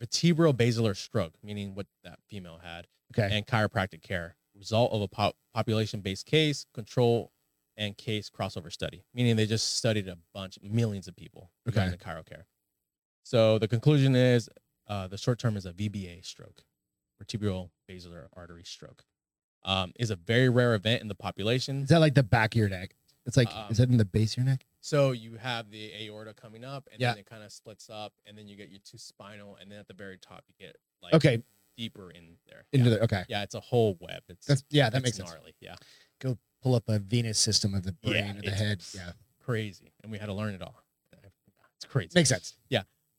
B: Vertebral Basilar Stroke," meaning what that female had,
A: Okay.
B: and chiropractic care. Result of a pop, population-based case control and case crossover study, meaning they just studied a bunch, millions of people regarding the chiro care. So the conclusion is uh, the short term is a VBA stroke, vertebral basilar artery stroke. Um, is a very rare event in the population.
A: Is that like the back of your neck? It's like
B: Um,
A: is that in the base of your neck?
B: So you have the aorta coming up, and
A: Yeah.
B: then it kind of splits up, and then you get your two spinal, and then at the very top you get like
A: Okay.
B: deeper in there.
A: Into
B: yeah.
A: the okay.
B: yeah, it's a whole web. It's
A: That's yeah, that
B: it's
A: makes sense.
B: gnarly. Yeah,
A: Pull up a venous system of the brain
B: Yeah,
A: or the
B: it's-
A: head. Yeah.
B: crazy, and we had to learn it all. It's crazy.
A: Makes sense.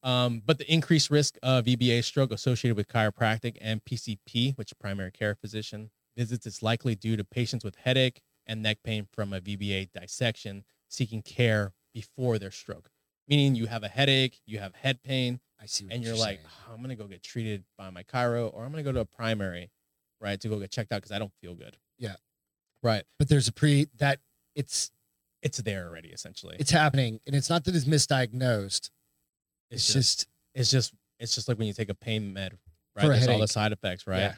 B: Um, but the increased risk of VBA stroke associated with chiropractic and PCP, which primary care physician visits, is likely due to patients with headache and neck pain from a VBA dissection seeking care before their stroke. Meaning you have a headache, you have head pain,
A: I see what
B: and you're like,
A: saying.
B: "Oh, I'm gonna go get treated by my chiro, or I'm gonna go to a primary, right, to go get checked out because I don't feel good.
A: Yeah.
B: right.
A: but there's a pre that it's
B: It's there already, essentially.
A: it's happening. And it's not that it's misdiagnosed.
B: It's
A: It's,
B: just,
A: just,
B: it's just, it's just like when you take a pain med, right?
A: For a
B: There's all
A: headache.
B: the side effects, right?
A: Yeah.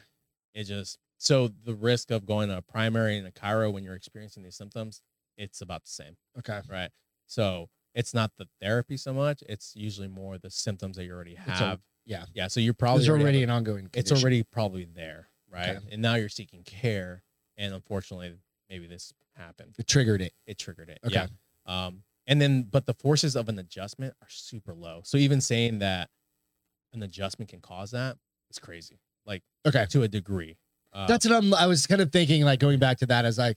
B: It just so the risk of going to a primary and a chiro when you're experiencing these symptoms, it's about the same,
A: okay.
B: right? So it's not the therapy so much; it's usually more the symptoms that you already
A: a-
B: have.
A: yeah.
B: yeah. So you're probably
A: There's
B: already have a
A: already an ongoing
B: it's
A: condition.
B: already probably there, right?
A: Okay.
B: And now you're seeking care, and unfortunately, maybe this happened.
A: it triggered it.
B: It triggered it.
A: Okay.
B: Yeah. Um, and then, but the forces of an adjustment are super low. So even saying that an adjustment can cause that is crazy, like
A: Okay.
B: to a degree. Uh,
A: That's what I'm I was kind of thinking like going back to that as like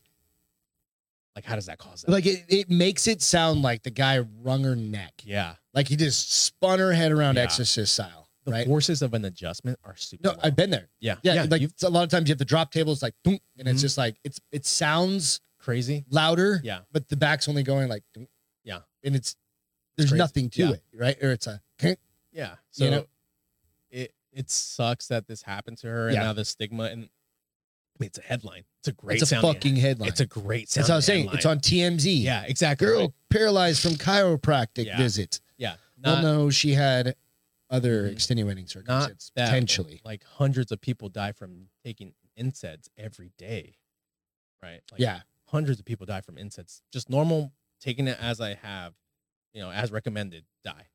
B: like how does that cause that?
A: like it, it makes it sound like the guy wrung her neck.
B: yeah,
A: Like he just spun her head around
B: Yeah.
A: exorcist style.
B: the
A: right?
B: forces of an adjustment are super.
A: No,
B: low.
A: I've been there.
B: yeah,
A: Yeah, like
B: you
A: it's a lot of times you have the drop tables like, thunk, and it's
B: Mhm.
A: just like it's it sounds
B: crazy.
A: louder,
B: Yeah,
A: but the back's only going like, thunk.
B: Yeah.
A: and it's there's
B: crazy.
A: nothing to
B: Yeah.
A: it, right? Or it's a "Kink."
B: yeah. So
A: You know?
B: it it sucks that this happened to her, and
A: Yeah.
B: now the stigma. And I mean, it's a headline. It's a great.
A: it's a
B: sounding
A: fucking
B: head-
A: headline.
B: It's a great.
A: That's what I was saying.
B: sounding
A: It's
B: headline.
A: on TMZ.
B: Yeah, exactly.
A: girl
B: right.
A: paralyzed from chiropractic
B: Yeah.
A: visit.
B: Yeah.
A: Well,
B: Not,
A: no, she had other
B: Mhm.
A: extenuating circumstances
B: that.
A: potentially.
B: like hundreds of people die from taking NSAIDs every day, right? Like,
A: yeah,
B: hundreds of people die from insects. Just normal, taking it as I have, you know, as recommended, die.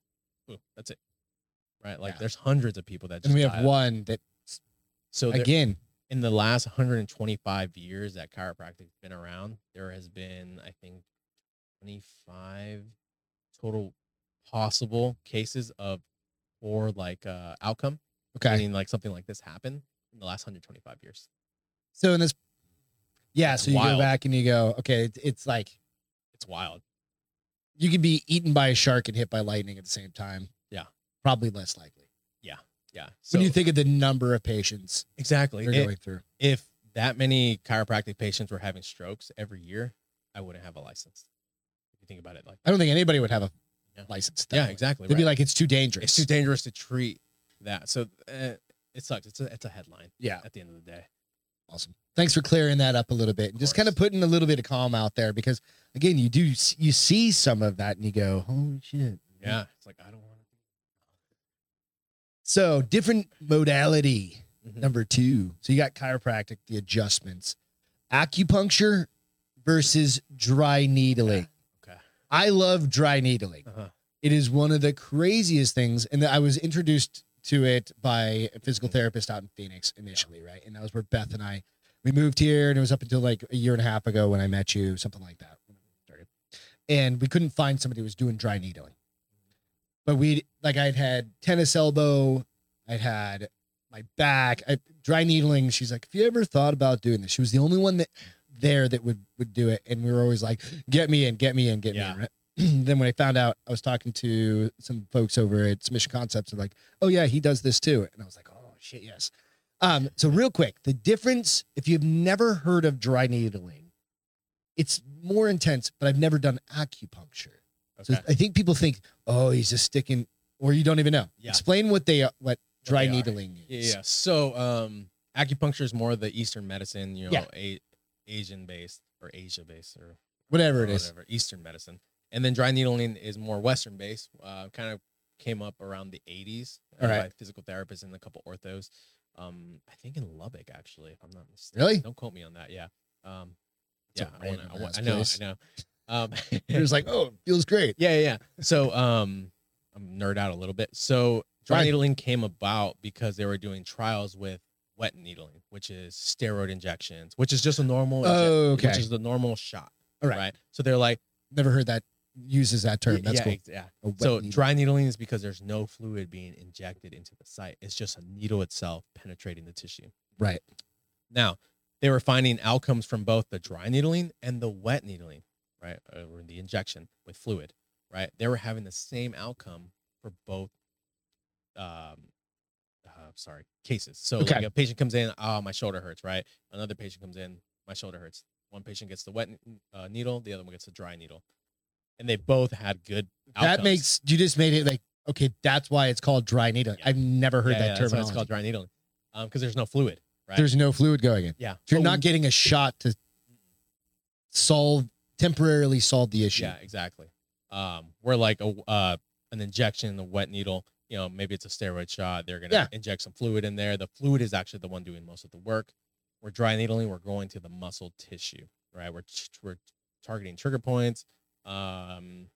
B: Boom, that's it. Right? Like
A: Yeah.
B: there's hundreds of people that just
A: and we
B: die.
A: have one that
B: So there,
A: again
B: in the last 125 years that chiropractic's been around, there has been, I think, 25 total possible cases of or like uh outcome. I
A: okay.
B: mean like something like this happened in the last 125 years.
A: So in this, yeah.
B: It's
A: So you go
B: wild.
A: back and you go, okay. It's, it's like
B: It's wild.
A: you could be eaten by a shark and hit by lightning at the same time.
B: Yeah.
A: probably less likely
B: Yeah. So
A: when you think of the number of patients
B: exactly
A: they're
B: It-
A: going through.
B: if that many chiropractic patients were having strokes every year, I wouldn't have a license. If you think about it like
A: I don't think anybody would have a
B: Yeah.
A: license. at that
B: Yeah,
A: point.
B: exactly.
A: They'd be
B: right.
A: like, it's too dangerous.
B: it's too dangerous to treat that. So uh, it sucks. It's a it's a headline
A: yeah.
B: at the end of the day.
A: Awesome. Thanks for clearing that up a little bit and
B: Of
A: just
B: course.
A: kind of putting a little bit of calm out there because again, you do you see some of that and you go, "Holy shit."
B: Yeah. It's like I don't want
A: So, different modality
B: to
A: number 2. So you got chiropractic, the adjustments, acupuncture versus dry needling.
B: Okay. Okay.
A: I love dry needling.
B: Uh-huh.
A: It is one of the craziest things and I was introduced to it by a physical
B: Mhm.
A: therapist out in Phoenix initially, right? And that was where Beth and I we moved here, and it was up until like a year and a half ago when I met you, something like that. when we started. And we couldn't find somebody who was doing dry needling, but we like I'd had tennis elbow, I'd had my back, I, dry needling. She's like, if you ever thought about doing this, she was the only one that there that would would do it, and we were always like, get me in, get me in, get me
B: Yeah.
A: in. Right? <clears throat> then when I found out, I was talking to some folks over at Submission Concepts, and like, oh yeah, he does this too, and I was like, oh shit, yes. Um, so real quick, the difference, if you've never heard of dry needling, it's more intense, but I've never done acupuncture. So
B: Okay.
A: I think people think, oh, he's just sticking, or you don't even know.
B: Yeah.
A: Explain what they what dry
B: they are.
A: needling
B: Yeah,
A: is.
B: yeah. So um acupuncture is more the Eastern medicine, you know,
A: Yeah.
B: a- Asian based or Asia based or
A: Whatever it
B: or
A: is.
B: whatever, Eastern medicine. And then dry needling is more Western based. Uh, kind of came up around the 80s uh,
A: All right.
B: by physical therapists and a couple orthos. Um, I think in Lubbock, actually, if I'm not mistaken.
A: Really?
B: Don't quote me on that. Yeah. Um,
A: It's a
B: yeah, I, wanna, I,
A: random
B: wa-
A: ass
B: I know.
A: place.
B: I know.
A: <laughs>
B: Um, <laughs>
A: It was like, oh, it feels great.
B: yeah, yeah, yeah. So um, I'm nerd out a little bit. So dry
A: Fine.
B: needling came about because they were doing trials with wet needling, which is steroid injections, which is just a normal, inje-
A: Oh, okay.
B: which is the normal shot.
A: All right.
B: So they're like.
A: Never heard that uses that term. That's
B: yeah,
A: cool.
B: ex- yeah.
A: A wet
B: So
A: needle.
B: dry needling is because there's no fluid being injected into the site. It's just a needle itself penetrating the tissue.
A: Right.
B: Now, they were finding outcomes from both the dry needling and the wet needling, right? Or the injection with fluid, right? They were having the same outcome for both um uh, sorry, cases. So
A: Okay.
B: like a patient comes in, oh, my shoulder hurts, right? Another patient comes in, my shoulder hurts. One patient gets the wet uh, needle, the other one gets the dry needle. And they both had good
A: that
B: outcomes.
A: makes you just made it like okay, that's why it's called dry needling.
B: Yeah.
A: I've never heard
B: Yeah, yeah,
A: that term.
B: That's why it's called dry needling, because there's no fluid, right?
A: There's no fluid going in.
B: yeah, Oh,
A: You're
B: But
A: not getting a shot to solve temporarily solve the
B: we-
A: issue.
B: Yeah, exactly. Um, we're like a uh, an injection, a wet needle. You know, maybe it's a steroid shot. They're gonna
A: Yeah.
B: inject some fluid in there. The fluid is actually the one doing most of the work. We're dry needling. We're going to the muscle tissue, right? We're t- we're targeting trigger points, um,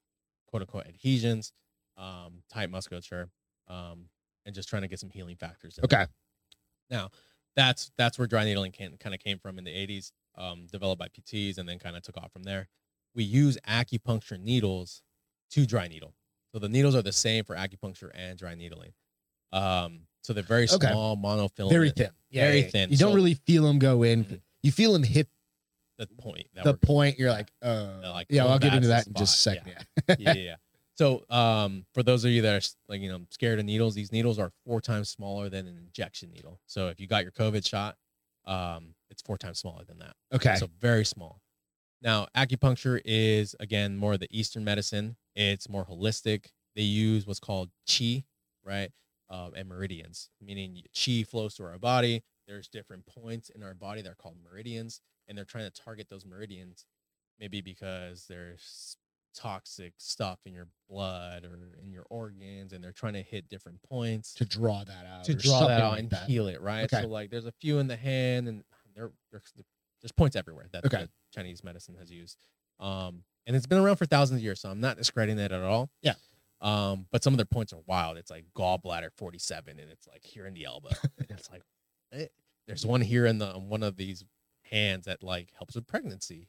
B: quote unquote adhesions, um, tight musculature, um, and just trying to get some healing factors. In there.
A: Okay.
B: that's that's where dry needling can, kind of came from in the 80s um, developed by pts and then kind of took off from there we use acupuncture needles to dry needle so the needles are the same for acupuncture and dry needling um, so they're very
A: Okay.
B: small monofilament
A: Very thin. Yeah,
B: Very
A: yeah, yeah.
B: thin.
A: You don't
B: So-
A: really feel them go in.
B: Mhm.
A: You feel them hit
B: the point that
A: the
B: we're-
A: point. You're like, oh,
B: They're like,
A: yeah.
B: well,
A: I'll get
B: that's
A: into
B: the
A: that in just a
B: spot. <laughs>
A: second. Yeah.
B: yeah, yeah, yeah. So, um, for those of you that are s- like, you know, scared of needles, these needles are four times smaller than an injection needle. So, if you got your COVID shot, um, it's four times smaller than that.
A: Okay.
B: So very small. Now, acupuncture is again more of the Eastern medicine. It's more holistic. They use what's called chi, right? Um, and meridians, meaning chi flows through our body. There's different points in our body that are called meridians, and they're trying to target those meridians, maybe because there's toxic stuff in your blood or in your organs, and they're trying to hit different points
A: to draw that out.
B: to
A: uh, or
B: draw
A: something
B: that out
A: like
B: and
A: that.
B: heal it, right?
A: Okay.
B: So like, there's a few in the hand, and there, there's, there's points everywhere that
A: Okay.
B: the Chinese medicine has used, um, and it's been around for thousands of years. So I'm not discrediting that at all.
A: Yeah.
B: Um, but some of their points are wild. It's like gallbladder 47, and it's like here in
A: <laughs>
B: the elbow. and it's like eh. there's one here in the on one of these hands that like helps with pregnancy,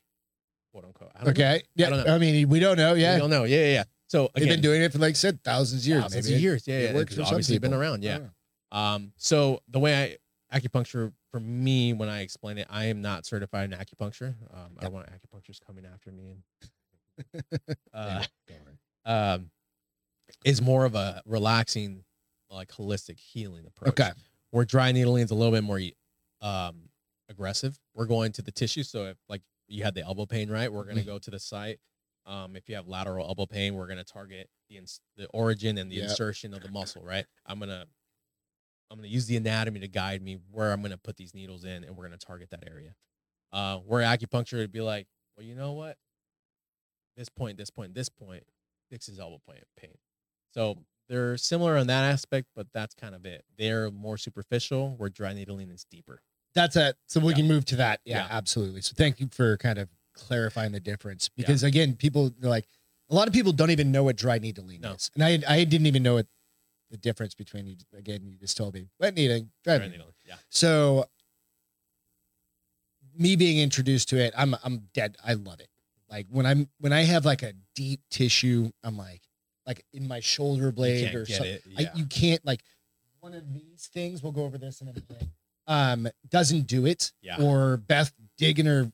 B: quote unquote. I don't know.
A: Okay. Yeah. I,
B: don't know.
A: mean, we don't know.
B: We
A: Yeah.
B: don't know. Yeah, yeah. yeah. So
A: They've been
B: again,
A: doing it for like I said thousands of years.
B: thousands
A: maybe.
B: of years. Yeah,
A: it
B: yeah.
A: works
B: it's
A: for some
B: obviously been
A: people.
B: around. Yeah.
A: I don't know.
B: Um, so the way I acupuncture for me when I explain it, I am not certified in acupuncture. Um, I don't want acupuncturists coming after me. And, <laughs> uh,
A: Don't worry.
B: um, is more of a relaxing, like holistic healing approach.
A: Okay.
B: Where dry needling is a little bit more um, aggressive. We're going to the tissue. So if like you had the elbow pain, right? We're going to
A: Mhm.
B: go to the site. Um, if you have lateral elbow pain, we're going to target the ins- the origin and the
A: Yep.
B: insertion of the muscle, right? I'm gonna I'm gonna use the anatomy to guide me where I'm gonna put these needles in, and we're gonna target that area. Uh, where acupuncture would be like, well, you know what? This point, this point, this point fixes elbow pain. pain. So they're similar on that aspect, but that's kind of it. They're more superficial, where dry needling is deeper.
A: That's it. So we
B: Yeah.
A: can move to that. Yeah,
B: Yeah.
A: absolutely. So thank you for kind of clarifying the difference because again, people they're like a lot of people don't even know what dry needling
B: No.
A: is, and I I didn't even know what the difference between you. Again, you just told me wet needling, dry
B: Dry
A: needling.
B: needling, yeah.
A: So me being introduced to it, I'm I'm dead. I love it. Like when I'm when I have like a deep tissue, I'm like like in my shoulder
B: You
A: blade
B: can't
A: or
B: get
A: something.
B: it.
A: I,
B: Yeah.
A: you can't like one of these things. We'll go over this in a minute. Um, doesn't do it.
B: Yeah.
A: Or Beth digging her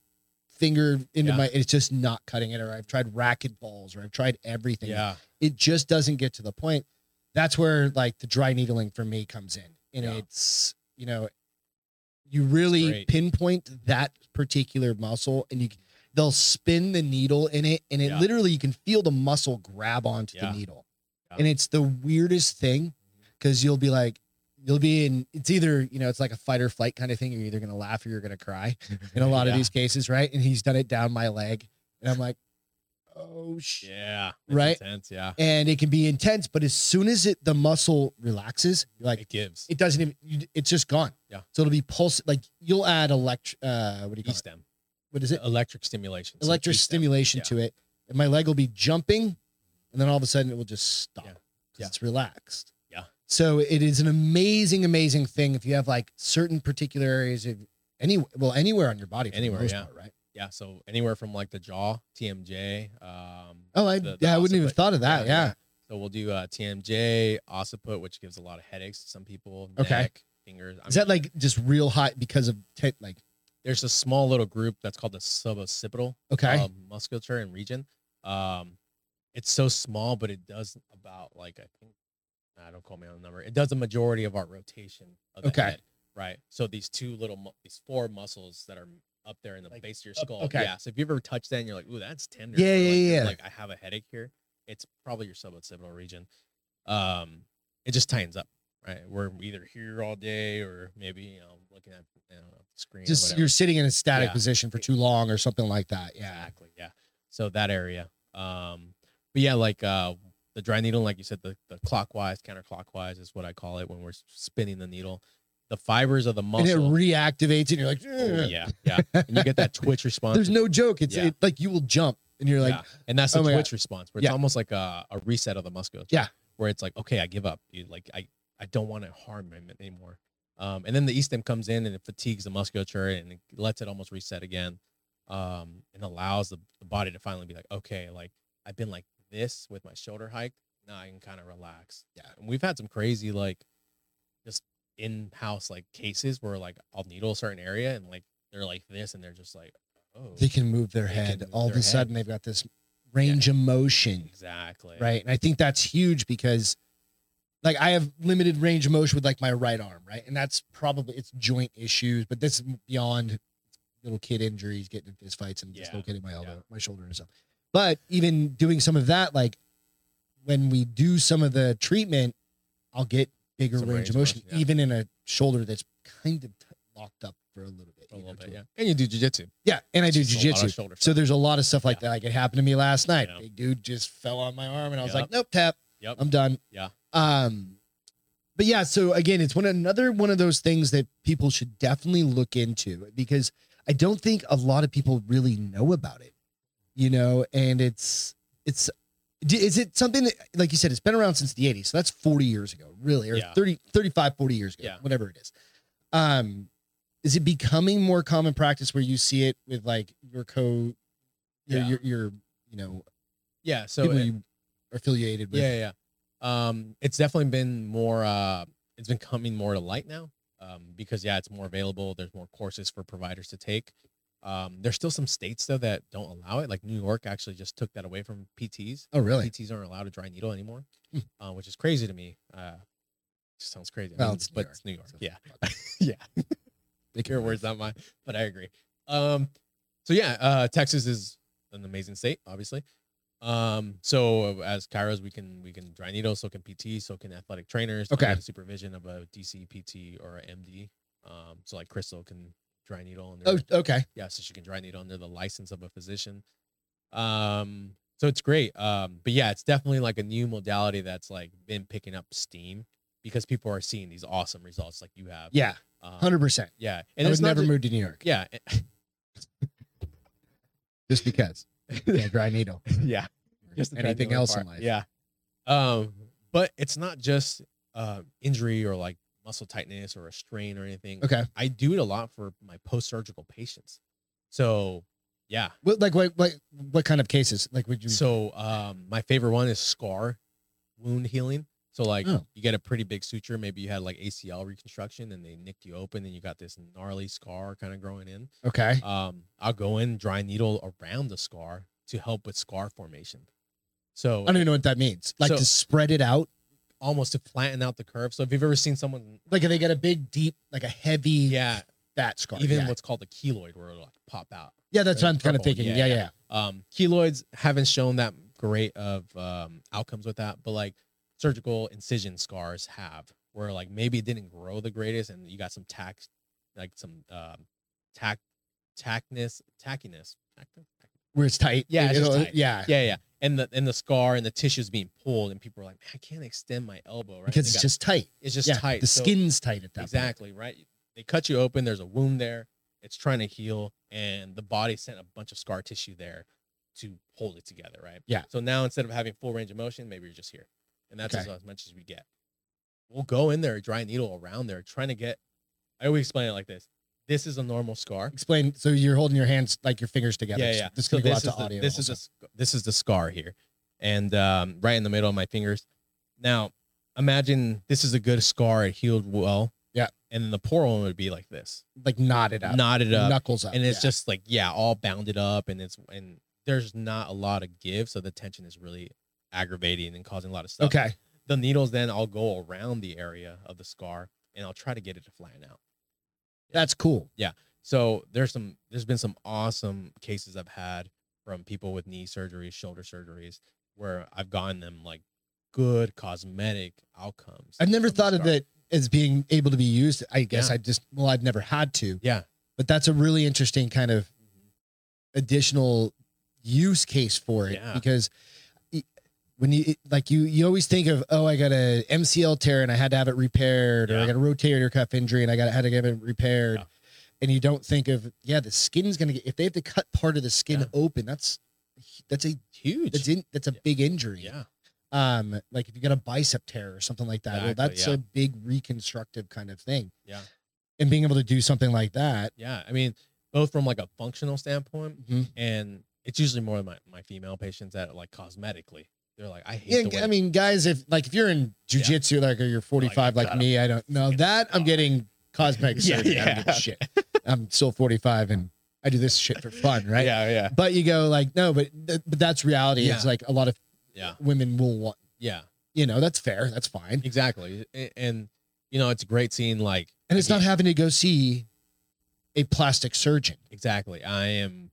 A: finger into
B: Yeah.
A: my. It's just not cutting it. Or I've tried racket balls. Or I've tried everything.
B: yeah.
A: It just doesn't get to the point. That's where like the dry needling for me comes in, and
B: Yeah.
A: it's you know, you really
B: Great.
A: pinpoint that particular muscle, and you. They'll spin the needle in it, and it
B: Yeah.
A: literally you can feel the muscle grab onto
B: Yeah.
A: the needle.
B: Yeah.
A: And it's the weirdest thing because you'll be like, you'll be in, it's either, you know, it's like a fight or flight kind of thing. You're either going to laugh or you're going to
B: <laughs>
A: cry in a lot of
B: Yeah.
A: these cases, right? And he's done it down my leg. And I'm like, oh, shit.
B: Yeah. It's
A: Right?
B: Intense. Yeah.
A: And it can be intense, but as soon as it the muscle relaxes, you're like,
B: It gives.
A: it doesn't even, you, it's just gone.
B: Yeah.
A: So it'll be pulse, like you'll add elect, uh, what do you call it?
B: E-stem.
A: What is it?
B: Electric stimulation. So
A: Electric
B: E-stem.
A: stimulation
B: Yeah.
A: to it. And my leg will be jumping. And then all of a sudden it will just stop.
B: Yeah.
A: 'cause
B: Yeah.
A: It's relaxed.
B: Yeah.
A: So it is an amazing, amazing thing if you have like certain particular areas of any well anywhere on your body, for the
B: Anywhere,
A: most
B: yeah.
A: part, right?
B: Yeah, so anywhere from like the jaw, TMJ. Um,
A: Oh, I
B: The- the
A: yeah, I wouldn't even
B: occiput.
A: thought of that.
B: Yeah,
A: Yeah,
B: yeah. so we'll do uh, TMJ, occiput, which gives a lot of headaches to some people.
A: Okay.
B: Neck, fingers. I
A: is that
B: mean,
A: like just real hot because of te- like
B: there's a small little group that's called the suboccipital
A: okay,
B: uh, musculature and region. Um, it's so small, but it does about like I think I don't call me on the number. It does the majority of our rotation of the
A: Okay.
B: head, right? So these two little, mu- these four muscles that are up there in the
A: Like,
B: base of your
A: up-
B: skull.
A: okay.
B: Yeah. So if you ever touch that and you're like, "Ooh, that's tender,"
A: Yeah,
B: or
A: yeah,
B: like, you're
A: yeah.
B: Like I have a headache here. It's probably your suboccipital region. Um, it just tightens up, right? We're either here all day or maybe you know looking at I don't know screen. or
A: just
B: whatever.
A: you're sitting in a static
B: Yeah.
A: position for too long or something like that. Yeah,
B: Exactly. Yeah. So that area. Um, but yeah, like uh the dry needle, like you said, the, the clockwise, counterclockwise is what I call it when we're spinning the needle. The fibers of the
A: and it
B: muscle.
A: reactivates, and you're like,
B: Oh,
A: "Ugh."
B: yeah,
A: <laughs>
B: yeah. And you get that twitch response.
A: there's no joke. It's
B: Yeah.
A: it, like you will jump, and you're like,
B: Yeah. and that's the
A: Oh my God.
B: twitch response where it's
A: Yeah.
B: almost like a, a reset of the musculature.
A: Yeah.
B: Where it's like, okay, I give up. You like I I don't want to harm him anymore. Um, and then the e-stem comes in and it fatigues the musculature and it lets it almost reset again. Um, and allows the, the body to finally be like, okay, like I've been like this with my shoulder hiked. Now I can kind of relax.
A: Yeah.
B: And we've had some crazy like just in-house like cases where like I'll needle a certain area and like they're like this and they're just like, oh
A: they can move their
B: They can
A: head.
B: move
A: All of
B: their
A: a
B: head.
A: sudden, they've got this range of motion,
B: Exactly.
A: right? And I think that's huge because, like, I have limited range of motion with like my right arm, right? And that's probably it's joint issues, but that's beyond little kid injuries, getting in fist fights, and
B: Yeah.
A: dislocating my elbow,
B: Yeah.
A: my shoulder, and stuff. But even doing some of that, like when we do some of the treatment, I'll get bigger
B: Some
A: range, of motion,
B: yeah.
A: even in a shoulder that's kind of t- locked up for a little bit.
B: For a
A: you know,
B: little bit.
A: to-
B: Yeah. And you do jujitsu.
A: yeah, and I do
B: Just a lot of
A: jujitsu.
B: shoulder
A: So
B: fat.
A: there's a lot of stuff like that. Like it happened to me last night.
B: Yeah.
A: Big dude just fell on my arm, and I was
B: Yep.
A: like, "Nope, tap.
B: Yep.
A: I'm done."
B: Yeah.
A: Um, but yeah. So again, it's one another one of those things that people should definitely look into because I don't think a lot of people really know about it. You know, and it's it's d- is it something that like you said it's been around since the 80s so that's 40 years ago really or
B: Yeah.
A: 30 35 40 years ago
B: Yeah.
A: whatever it is um is it becoming more common practice where you see it with like your co your
B: Yeah.
A: your, your you know
B: yeah. So
A: people
B: it-
A: you are affiliated with
B: yeah, yeah, yeah. Um, it's definitely been more. Uh, it's been coming more to light now. Um, because yeah, it's more available. There's more courses for providers to take. Um, there's still some states though that don't allow it. Like New York actually just took that away from PTs.
A: oh really
B: PTs aren't allowed to dry needle anymore,
A: Hmm.
B: uh, which is crazy to me. Uh, just sounds crazy. I
A: Well,
B: mean,
A: it's New
B: but
A: York,
B: it's New York.
A: so-
B: Yeah, <laughs> yeah. Your words, not mine. But I agree. Um, so yeah, uh, Texas is an amazing state, obviously. Um, so as chiros, we can we can dry needle, so can PT, so can athletic trainers. under
A: Okay.
B: the supervision of a DC, PT, or a MD. Um, so like Crystal can dry needle. Under,
A: oh okay
B: yeah, so she can dry needle under the license of a physician. Um, so it's great. Um, but yeah, it's definitely like a new modality that's like been picking up steam because people are seeing these awesome results like you have.
A: yeah
B: Um,
A: 100%
B: yeah.
A: and
B: And
A: i
B: it's
A: would never
B: never
A: moved
B: moved.
A: to new york
B: Yeah. eh,
A: just
B: <laughs>
A: because yeah dry needle
B: <laughs> yeah. Just the
A: anything
B: pendulum
A: else in
B: part.
A: life
B: Yeah. Um, but it's not just uh injury or like muscle tightness or a strain or anything.
A: okay
B: I do it a lot for my post-surgical patients. So yeah,
A: what, like what, what what kind of cases like would you
B: So um, my favorite one is scar wound healing. So like
A: Oh.
B: you get a pretty big suture, maybe you had like ACL reconstruction and they nicked you open and you got this gnarly scar kind of growing in.
A: okay
B: Um, I'll go in dry needle around the scar to help with scar formation. So
A: i don't even know what that means like
B: So-
A: to spread it out
B: almost to flatten out the curve. So if you've ever seen someone,
A: like they got a big deep like a heavy
B: yeah,
A: fat scar
B: even
A: yeah,
B: what's called a keloid where it'll like pop out.
A: yeah that's what i'm kind of
B: purple,
A: thinking
B: yeah,
A: yeah yeah,
B: yeah. Um, keloids haven't shown that great of um, outcomes with that, but like surgical incision scars have, where like maybe it didn't grow the greatest, and you got some tack, like some um, tack, tackness, tackiness, tackiness?
A: where it's tight
B: Yeah, it's just
A: It'll-
B: tight.
A: yeah
B: yeah, yeah, and the and the scar and the tissue's being pulled, and people are like, man, I can't extend my elbow, right?
A: because
B: They
A: it's
B: got-
A: just tight
B: it's just
A: yeah
B: tight.
A: the
B: So-
A: skin's tight at that point.
B: exactly right. They cut you open. There's a wound there. It's trying to heal, and the body sent a bunch of scar tissue there to hold it together, right?
A: Yeah.
B: So now instead of having full range of motion, maybe you're just here, and that's
A: Okay.
B: as, as much as we get. We'll go in there, dry needle around there, trying to get. I always explain it like this: This is a normal scar.
A: explain so you're holding your hands like your fingers together
B: Yeah,
A: So
B: yeah.
A: this
B: So
A: could go out
B: this
A: to
B: is the,
A: audio
B: this is a,
A: also.
B: sc- this is the scar here, and um, right in the middle of my fingers. Now, imagine this is a good scar; it healed well.
A: Yeah.
B: And then the poor one would be like this,
A: like knotted up
B: knotted up,
A: knuckles up
B: and it's
A: yeah.
B: just like yeah, all bounded up, and it's and there's not a lot of give, so the tension is really aggravating and causing a lot of stuff.
A: okay
B: The needles then I'll go around the area of the scar and I'll try to get it to flatten out.
A: that's cool
B: So there's some there's been some awesome cases I've had from people with knee surgeries, shoulder surgeries, where I've gotten them like good cosmetic outcomes.
A: i've never
B: from the
A: thought of
B: scar.
A: it as being able to be used i guess
B: Yeah.
A: i just well i've never had to
B: Yeah.
A: but that's a really interesting kind of additional use case for it
B: Yeah.
A: because it- when you it- like you you always think of oh I got a MCL tear and I had to have it repaired or I
B: Yeah.
A: got a rotator cuff injury and I got had to have it repaired
B: Yeah.
A: and you don't think of yeah the skin's gonna get if they have to cut part of the skin
B: Yeah.
A: open that's that's a
B: Huge.
A: that's in that's a big injury
B: yeah.
A: um like if you got a bicep tear or something like that well
B: Exactly,
A: that's
B: yeah.
A: a big reconstructive kind of thing
B: Yeah.
A: and being able to do something like that
B: Yeah. I mean, both from like a functional standpoint
A: mhm.
B: and it's usually more my, my female patients that like cosmetically they're like i hate
A: Yeah,
B: the way
A: I mean, guys, if like if you're in
B: Yeah.
A: jujitsu, like or you're 45 like,
B: gotta
A: me, I don't know
B: fucking
A: that I'm
B: stop.
A: getting cosmetic
B: <laughs> Yeah,
A: surgery. I don't
B: yeah.
A: give a shit. I'm still 45 and I do this shit for fun, right?
B: Yeah, yeah,
A: But you go like, no, but th- but that's reality. It's
B: Yeah.
A: like a lot of
B: yeah,
A: women will want,
B: yeah.
A: you know, that's fair, that's fine,
B: Exactly. A- And you know, it's great seeing like
A: and it's not having to go see a plastic surgeon.
B: exactly. I am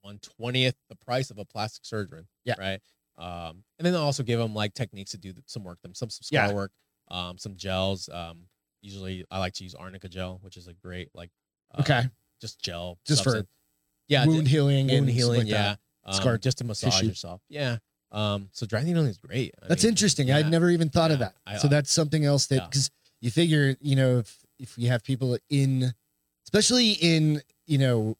B: one twentieth the price of a plastic surgeon.
A: Yeah.
B: Right. Um, and then they'll also give them like techniques to do th- some work, them some, some scar
A: Yeah.
B: work, um, some gels. Um, usually I like to use arnica gel, which is a great like uh,
A: Okay,
B: just gel
A: Just for
B: yeah d-
A: wound healing
B: wound
A: and stuff
B: healing
A: like that.
B: yeah um,
A: Scar
B: just to massage
A: tissue.
B: yourself yeah um so dry needling is great I
A: That's
B: mean,
A: interesting.
B: yeah.
A: I'd never even thought of
B: Yeah,
A: that.
B: I-
A: so that's something else that
B: yeah.
A: because you figure, you know, if if you have people in, especially in, you know,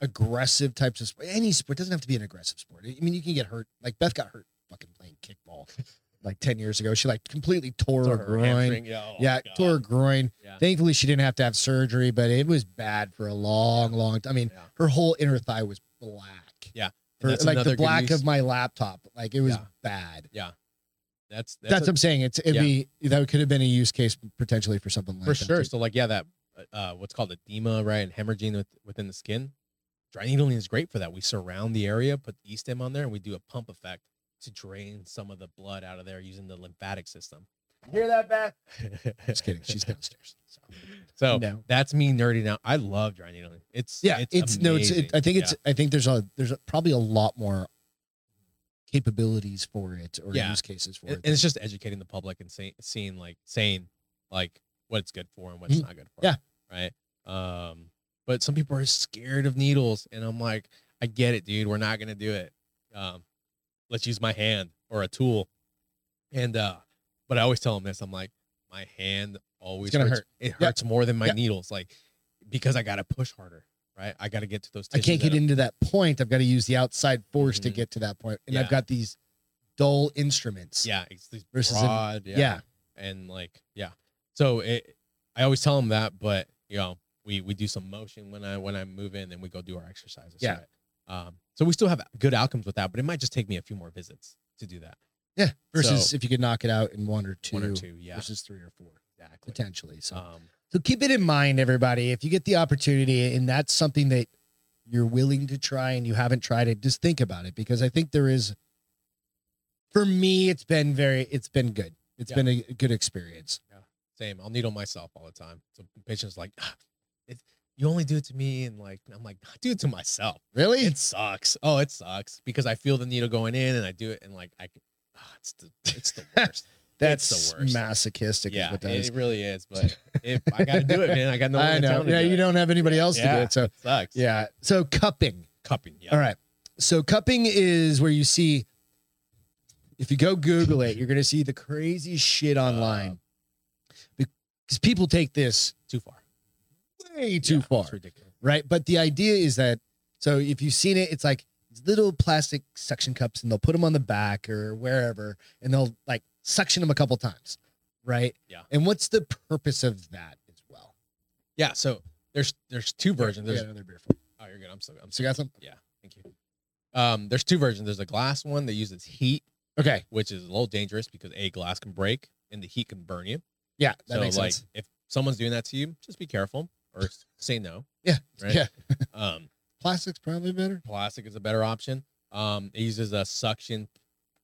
A: aggressive types of sport, any sport doesn't have to be an aggressive sport. I mean, you can get hurt. Like Beth got hurt fucking playing kickball, like ten years ago. She like completely tore
B: Tore
A: her,
B: her
A: groin.
B: hamstring, yeah, oh my
A: yeah,
B: God.
A: tore her groin.
B: Yeah.
A: Thankfully, she didn't have to have surgery, but it was bad for a long, long time. I mean,
B: Yeah.
A: her whole inner thigh was black.
B: Yeah, and
A: For,
B: that's
A: like
B: another
A: the
B: good
A: black
B: use.
A: of my laptop. Like it was
B: Yeah.
A: bad.
B: that's that's,
A: That's, what
B: a-
A: I'm saying. It's it'd
B: Yeah.
A: be that could have been a use case potentially for something like
B: for
A: that.
B: sure.
A: too.
B: So like yeah, that uh, what's called edema, right, and hemorrhaging with, within the skin. Dry needling is great for that. We surround the area, put the stem on there, and we do a pump effect to drain some of the blood out of there using the lymphatic system. Hear that, Beth?
A: <laughs> Just kidding.
B: <laughs>
A: She's downstairs. So.
B: so
A: no.
B: that's me nerding out. I love dry needling. Oh, It's
A: Yeah, it's, no. It's it,
B: amazing.
A: I think it's
B: Yeah.
A: I think there's a there's a, probably a lot more capabilities for it or
B: Yeah.
A: use cases for
B: and,
A: it.
B: and it's just educating the public and say, seeing like saying like what it's good for and what's
A: Mhm.
B: not good for.
A: Yeah.
B: Right. Um, but some people are scared of needles, and I'm like, I get it, dude. We're not gonna do it. Um, let's use my hand or a tool. And uh, but I always tell them this. I'm like, my hand always
A: gonna
B: hurts.
A: hurt.
B: It
A: Yeah.
B: hurts more than my
A: Yeah.
B: needles, like because I gotta push harder. Right. I gotta get to those.
A: I
B: Tissues
A: can't
B: that
A: get into that point. I've got to use the outside force to
B: Mhm.
A: get to that point, and I've
B: Yeah.
A: got these dull instruments.
B: Yeah, it's these
A: Versus an-
B: broad,
A: yeah.
B: and like yeah. So it, I always tell them that, but you know, we we do some motion when I when I move in, and we go do our exercises.
A: Yeah.
B: right? Um, so we still have good outcomes with that, but it might just take me a few more visits to do that.
A: Yeah, Versus
B: So-
A: if you could knock it out in one or two,
B: one or two, yeah,
A: versus three or four
B: exactly.
A: potentially. So.
B: Um,
A: So keep it in mind, everybody. If you get the opportunity and that's something that you're willing to try and you haven't tried it, just think about it because I think there is, for me, it's been very, it's been good. It's
B: Yeah.
A: been a good experience.
B: same. I'll needle myself all the time. So patients like, "Ah, it, you only do it to me, and like I'm like, I do it to myself.
A: Really?
B: It sucks. Oh, it sucks because I feel the needle going in, and I do it, and like I, can- ah, it's the
A: <laughs>
B: it's the worst.
A: that's
B: it's the worst.
A: masochistic. is
B: Yeah,
A: what that
B: it
A: is.
B: really is.
A: <laughs>
B: But if I got to do it, man, I got no one
A: I
B: in
A: know.
B: town to
A: Yeah,
B: do
A: you
B: it.
A: don't have anybody else to do
B: Yeah.
A: it. So
B: Sucks.
A: yeah. So cupping.
B: cupping. Yeah,
A: All right. So cupping is where you see if you go Google it, you're gonna see the crazy shit
B: Uh.
A: online. because people take this
B: too far.
A: way too
B: Yeah,
A: far.
B: It's ridiculous.
A: Right. But the idea is that so if you've seen it, it's like these little plastic suction cups and they'll put them on the back or wherever and they'll like suction them a couple times. Right.
B: Yeah.
A: And what's the purpose of that as well?
B: Yeah. So there's there's two versions.
A: Yeah,
B: There's
A: another beer for you.
B: oh, you're good. I'm so I'm so
A: So you got some?
B: thank you. Um, there's two versions. There's a glass one that uses heat,
A: Okay.
B: which is a little dangerous because a glass can break and the heat can burn you.
A: Yeah. That
B: so
A: makes
B: like
A: sense.
B: if someone's doing that to you, just be careful or s- say
A: <laughs>
B: no.
A: Yeah,
B: Right?
A: yeah.
B: um,
A: Plastic's probably better.
B: plastic is a better option. Um, it uses a suction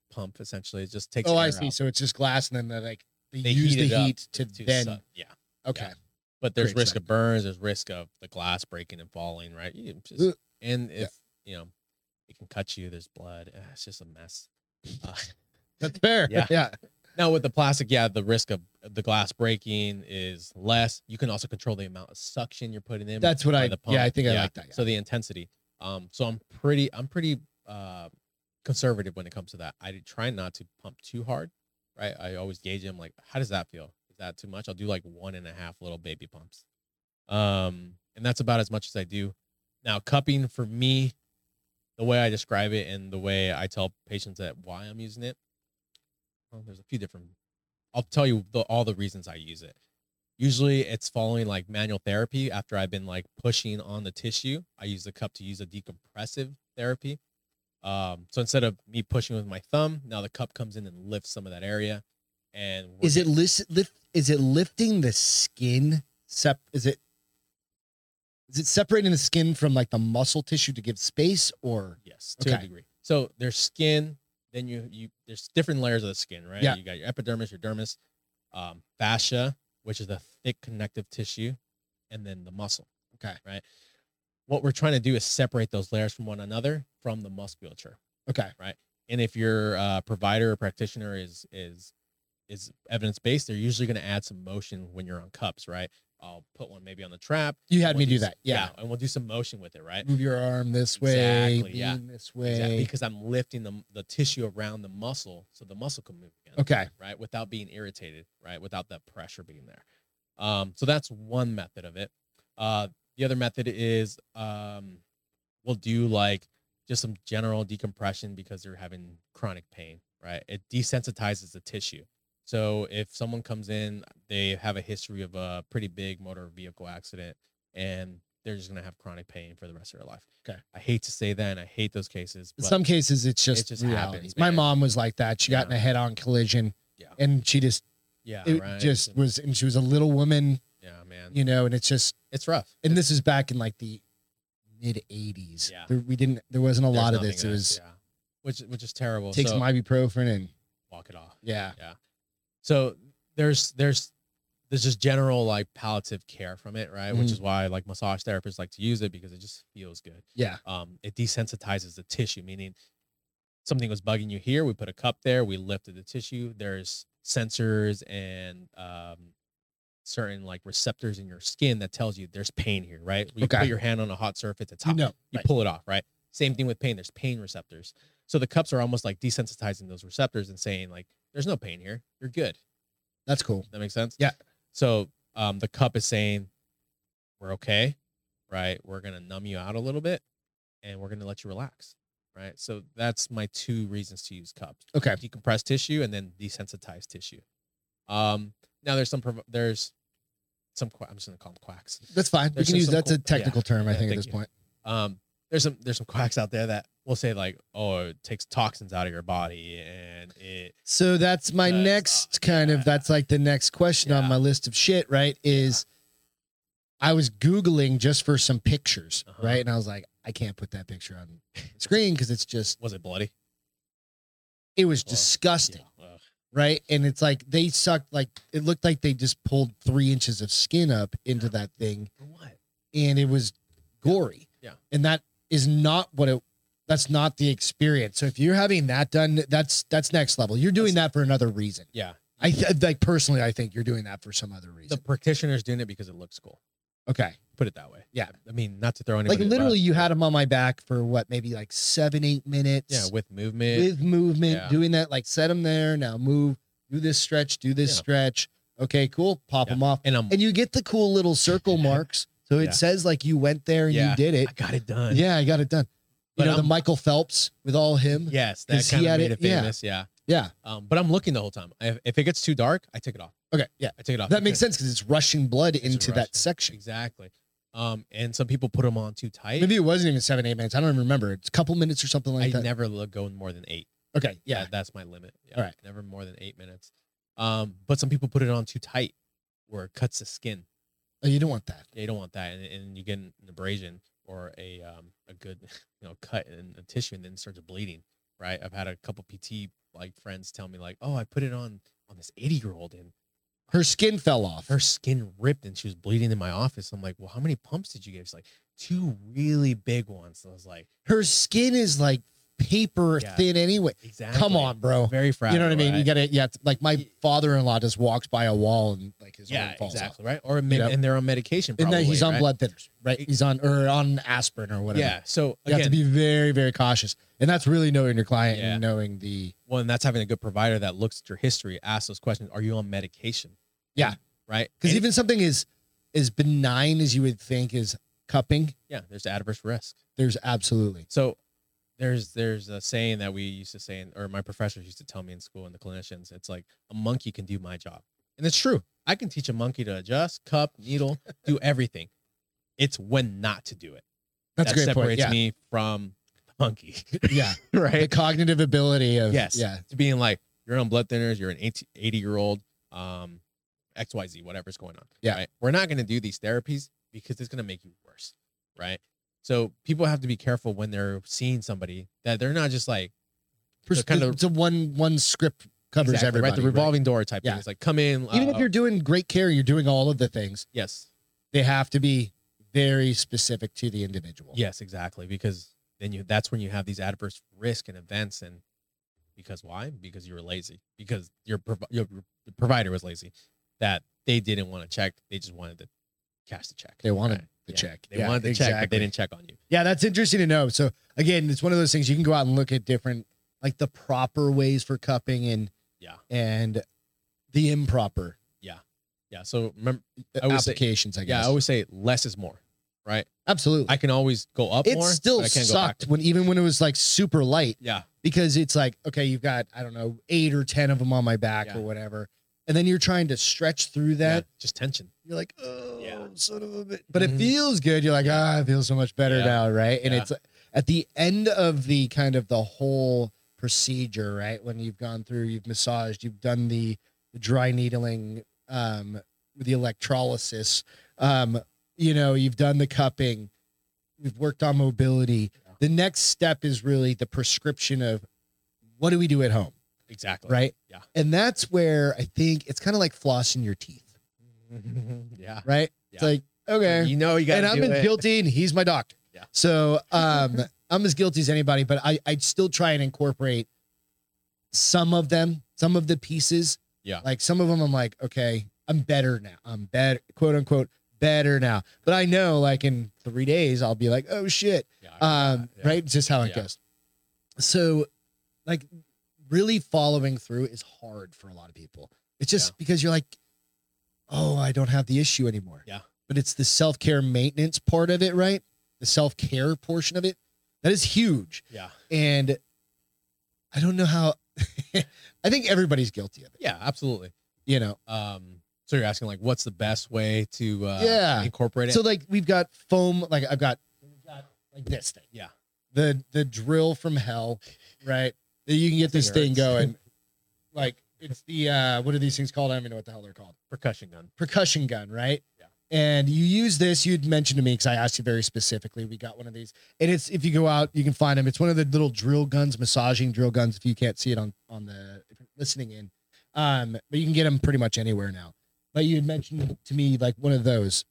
B: pump essentially. It just takes.
A: Oh, I
B: air
A: see.
B: out
A: So it's just glass, and then they like they,
B: They
A: use
B: heat
A: the
B: it up
A: heat to,
B: to
A: then.
B: suck. yeah.
A: Okay,
B: Yeah. but there's
A: Great
B: risk
A: stuff.
B: of burns there's risk of the glass breaking and falling right you just-
A: Ugh.
B: and if
A: Yeah.
B: you know it can cut you there's blood Ah, it's just a mess uh,
A: that's fair.
B: Yeah.
A: <laughs> yeah.
B: now with the plastic yeah the risk of the glass breaking is less you can also control the amount of suction you're putting in
A: That's what
B: by
A: I.
B: the pump.
A: Yeah, I think I
B: Yeah.
A: like that. Yeah.
B: so the intensity um so i'm pretty i'm pretty uh conservative when it comes to that i try not to pump too hard right i always gauge them like how does that feel is that too much i'll do like one and a half little baby pumps um and that's about as much as i do now cupping for me the way i describe it and the way i tell patients that why i'm using it well, there's a few different i'll tell you the, all the reasons i use it usually it's following like manual therapy after i've been like pushing on the tissue i use the cup to use a decompressive therapy um, so instead of me pushing with my thumb now the cup comes in and lifts some of that area and we're
A: is it lis- lift? Is it lifting the skin? Sep? Is it Is it separating the skin from like the muscle tissue to give space or
B: Yes, to a
A: Okay.
B: degree. So there's skin. Then you you there's different layers of the skin, right?
A: Yeah.
B: You got your epidermis, your dermis, um, fascia, which is the thick connective tissue, and then the muscle.
A: Okay.
B: Right. What we're trying to do is separate those layers from one another from the musculature.
A: okay?
B: And if your uh, provider or practitioner is is is evidence based, they're usually going to add some motion when you're on cups, right? I'll put one maybe on the trap.
A: You had
B: We'll
A: me do
B: s-
A: that. Yeah.
B: and we'll do some motion with it, right?
A: Move your arm this way,
B: Exactly, yeah.
A: lean this way.
B: Exactly, because I'm lifting the, the tissue around the muscle so the muscle can move again,
A: Okay.
B: right? Without being irritated, right? Without that pressure being there. Um, so that's one method of it. Uh, the other method is um, we'll do like just some general decompression because they're having chronic pain, right? It desensitizes the tissue. So if someone comes in, they have a history of a pretty big motor vehicle accident and they're just going to have chronic pain for the rest of their life.
A: Okay.
B: I hate to say that and I hate those cases.
A: In
B: but-
A: some cases, it's just,
B: just
A: reality.
B: happens,
A: My
B: man.
A: mom was like that. She got in
B: Yeah.
A: a head-on collision,
B: Yeah.
A: and she just
B: Yeah,
A: it
B: right.
A: just was, and she was a little woman,
B: yeah, man.
A: you know. And it's just,
B: it's rough.
A: and this is back in like the mid '80s.
B: Yeah.
A: There, we didn't. There wasn't a
B: There's
A: lot of
B: nothing
A: this. It
B: else,
A: was
B: yeah. which which is terrible.
A: take
B: so
A: some ibuprofen and
B: walk it off.
A: yeah,
B: So there's there's there's just general like palliative care from it, right? Which
A: Mhm.
B: is why like massage therapists like to use it because it just feels good.
A: yeah,
B: Um, it desensitizes the tissue, meaning something was bugging you here. We put a cup there. We lifted the tissue. There's sensors and um, certain like receptors in your skin that tells you there's pain here, right? You
A: Okay.
B: put your hand on a hot surface. It's hot.
A: you know,
B: you
A: right.
B: pull it off, right? Same thing with pain. There's pain receptors. So the cups are almost like desensitizing those receptors and saying like, "There's no pain here. You're good."
A: that's cool.
B: That makes sense.
A: Yeah.
B: So um, the cup is saying, "We're okay, right? We're gonna numb you out a little bit, and we're gonna let you relax, right?" So that's my two reasons to use cups:
A: Okay,
B: decompress tissue and then desensitize tissue. Um, now there's some prov- there's some qu- I'm just gonna call them quacks.
A: that's fine.
B: There's
A: we
B: just
A: can use
B: some
A: that's
B: cool-
A: a technical term, I
B: yeah,
A: think, at
B: thank
A: this
B: you.
A: point.
B: um there's some there's some quacks out there that will say like oh it takes toxins out of your body and it
A: So that's my
B: That's
A: next
B: odd,
A: kind
B: yeah.
A: of that's like the next question on
B: Yeah.
A: my list of shit, right? Is I was Googling just for some pictures,
B: Uh-huh.
A: right? And I was like, I can't put that picture on the screen because it's just
B: was it bloody
A: it was
B: Or-
A: disgusting,
B: Yeah. Ugh.
A: right? And it's like they sucked like it looked like they just pulled three inches of skin up into that thing
B: For what
A: and it was gory.
B: Yeah.
A: And that is not what it that's not the experience. So if you're having that done, that's that's next level. You're doing that for another reason.
B: yeah
A: I th- like personally, I think you're doing that for some other
B: the
A: reason.
B: practitioner's doing it because it looks cool
A: okay,
B: put it that way
A: Yeah.
B: i mean not to throw anybody
A: like
B: under the
A: literally,
B: bus,
A: you
B: but-
A: had him on my back for what, maybe like seven, eight minutes.
B: yeah with movement
A: with movement,
B: yeah.
A: doing that, like set him there. Now move, do this stretch, do this
B: Yeah.
A: stretch. Okay, cool. Pop
B: Yeah.
A: him off,
B: and i'm
A: and you get the cool little
B: <laughs>
A: circle marks. So it
B: Yeah.
A: says like you went there and
B: Yeah.
A: you did it.
B: i got it done
A: Yeah, I got it done.
B: But
A: you know the
B: I'm-
A: Michael Phelps with all him.
B: yes that
A: 'Cause he
B: kind of
A: had
B: made it
A: it- yeah.
B: famous yeah,
A: Yeah.
B: um but i'm looking the whole time if, if it gets too dark i take it off
A: Okay. Yeah.
B: i take it off
A: That makes sense
B: because-
A: because it's rushing blood
B: It's
A: into
B: rushing.
A: that section.
B: exactly um and some people put them on too tight
A: Maybe it wasn't even seven, eight minutes. I don't even remember. It's a couple minutes or something like
B: i
A: that.
B: never let go more than eight
A: okay. Yeah.
B: That- that's my limit. Yeah,
A: All right.
B: never more than eight minutes. Um, but some people put it on too tight, where it cuts the skin.
A: Oh, you don't want that.
B: They don't want that, and, and you get an abrasion or a um a good <laughs> you know cut in the tissue, and then it starts bleeding. Right. I've had a couple PT like friends tell me like, oh, I put it on on this eighty year old, and
A: Her skin fell off.
B: her skin ripped, and she was bleeding in my office. I'm like, well, how many pumps did you give? She's like, two really big ones. And I was like,
A: Her skin is like paper
B: Yeah.
A: thin anyway.
B: exactly.
A: Come on, bro.
B: Very fragile.
A: You know what I mean?
B: right?
A: You gotta yeah, it's like my father in law just walks by a wall and like his
B: yeah,
A: arm falls
B: exactly.
A: off.
B: Right. Or men-
A: know?
B: and they're on medication.
A: And
B: Probably,
A: then he's on
B: right?
A: blood thinners, right?
B: It-
A: He's on or on aspirin or whatever.
B: Yeah. So
A: You have to
B: again,
A: be very, very cautious. And that's really knowing your client
B: Yeah.
A: and knowing the
B: one that's having a good provider that looks at your history, asks those questions. Are you on medication?
A: Yeah.
B: Right.
A: because
B: And-
A: even something as as benign as you would think is cupping,
B: yeah, there's adverse risk.
A: there's absolutely
B: So there's there's a saying that we used to say, in, or my professors used to tell me in school, and the clinicians, it's like a monkey can do my job, and it's true. I can teach a monkey to adjust, cup, needle,
A: <laughs>
B: do everything. It's when not to do it
A: that's
B: that
A: a great
B: separates
A: point. Yeah.
B: me from the monkey, <laughs>
A: yeah. The
B: right?
A: cognitive ability of
B: Yes.
A: yeah.
B: to being like you're on blood thinners, you're an 80 year old, um, XYZ, whatever's going on.
A: Yeah.
B: Right? We're not going to do these therapies because it's going to make you worse, right? So people have to be careful when they're seeing somebody that they're not just like
A: Pers-
B: kind of-
A: it's a one one script covers
B: exactly,
A: everybody.
B: right the revolving door type
A: Yeah.
B: thing. It's like come in,
A: Even
B: uh,
A: if you're doing great care, you're doing all of the things.
B: yes,
A: They have to be very specific to the individual.
B: yes, exactly, because then you that's when you have these adverse risk and events, and because why? Because you were lazy, because your prov- your provider was lazy, that they didn't want to check, they just wanted to cash the check.
A: They wanted
B: Right.
A: the
B: Yeah.
A: check.
B: They
A: Yeah,
B: wanted the check, but
A: exactly.
B: they didn't check on you.
A: Yeah, that's interesting to know. So again, it's one of those things you can go out and look at different like the proper ways for cupping and
B: Yeah.
A: and the improper
B: Yeah. So remember, I would say-
A: applications, I guess.
B: yeah, I always say less is more, right?
A: Absolutely.
B: I can always go up
A: it
B: more.
A: still
B: but I can't go
A: sucked
B: backwards.
A: when even when it was like super light
B: Yeah.
A: because it's like okay, you've got I don't know eight or ten of them on my back
B: Yeah.
A: or whatever, and then you're trying to stretch through
B: yeah,
A: that.
B: just tension.
A: You're like, oh,
B: Yeah.
A: son of a bit. But it
B: Mhm.
A: feels good. You're like, ah, I feel so much better
B: Yeah.
A: now, right? And
B: Yeah.
A: it's at the end of the kind of the whole procedure, right? When you've gone through, you've massaged, you've done the, the dry needling, um, the electrolysis, um, you know, you've done the cupping, we've worked on mobility.
B: Yeah.
A: The next step is really the prescription of what do we do at home,
B: Exactly.
A: right?
B: Yeah.
A: And that's where I think it's kind of like flossing your teeth
B: <laughs> yeah.
A: right? It's
B: Yeah.
A: like, okay.
B: You know you got
A: And
B: to
A: I'm
B: do it.
A: guilty and he's my doctor.
B: Yeah.
A: So um <laughs> I'm as guilty as anybody, but I, I'd still try and incorporate some of them, some of the pieces.
B: Yeah.
A: Like some of them I'm like, okay, I'm better now. I'm better quote unquote better now. But I know like in three days I'll be like, oh shit.
B: Yeah,
A: Um,
B: yeah.
A: right? It's just how it
B: Yeah.
A: goes. So like really following through is hard for a lot of people. It's just
B: Yeah.
A: because you're like, oh, I don't have the issue anymore.
B: Yeah.
A: But it's the self care maintenance part of it, right? The self care portion of it. That is huge.
B: Yeah.
A: And I don't know how, <laughs> I think everybody's guilty of it,
B: Yeah, absolutely.
A: you know?
B: Um, so you're asking like, what's the best way to uh,
A: Yeah.
B: incorporate it?
A: So, like, we've got foam, like, I've got, we've got like this thing.
B: Yeah.
A: The, the drill from hell, right? That you can get
B: That
A: this thing
B: thing hurts.
A: going. like, it's the, uh, what are these things called? I don't even know what the hell they're called.
B: percussion gun.
A: percussion gun, right?
B: Yeah.
A: And you use this. You'd mentioned to me because I asked you very specifically. We got one of these, and it's if you go out, you can find them. It's one of the little drill guns, massaging drill guns. If you can't see it on on the if you're listening in, um, but you can get them pretty much anywhere now. But you had mentioned to me like one of those,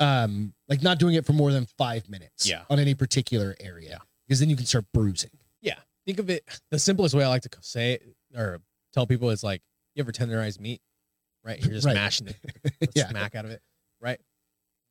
A: um, like not doing it for more than five minutes,
B: Yeah.
A: on any particular area,
B: Yeah.
A: because then you can start bruising.
B: Think of it. The simplest way I like to say it, or tell people is like, you ever tenderize meat, right? You're just
A: Right. <laughs>
B: mashing it, the
A: Yeah.
B: smack out of it, right?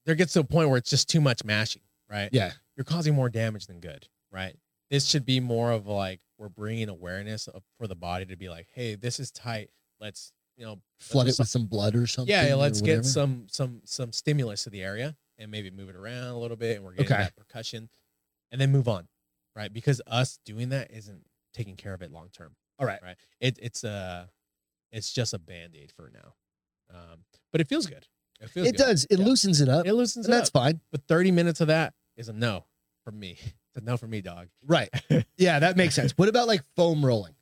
B: There gets to a point where it's just too much mashing, right?
A: Yeah,
B: You're causing more damage than good, right? This should be more of like we're bringing awareness of, for the body to be like, hey, this is tight. Let's you know
A: flood it
B: That's
A: with some blood or something.
B: yeah, yeah
A: or
B: let's
A: whatever.
B: get some some some stimulus to the area and maybe move it around a little bit and we're getting
A: Okay.
B: that percussion and then move on right because us doing that isn't taking care of it long term
A: All right.
B: right it, it's a it's just a band-aid for now um but it feels good it feels
A: It
B: good.
A: does. It
B: Yeah.
A: loosens it up,
B: it loosens
A: and
B: it
A: that's
B: up.
A: fine.
B: but 30 minutes of that is a no for me <laughs> it's a no for me dog
A: <laughs> Right. Yeah, that makes sense. What about like foam rolling?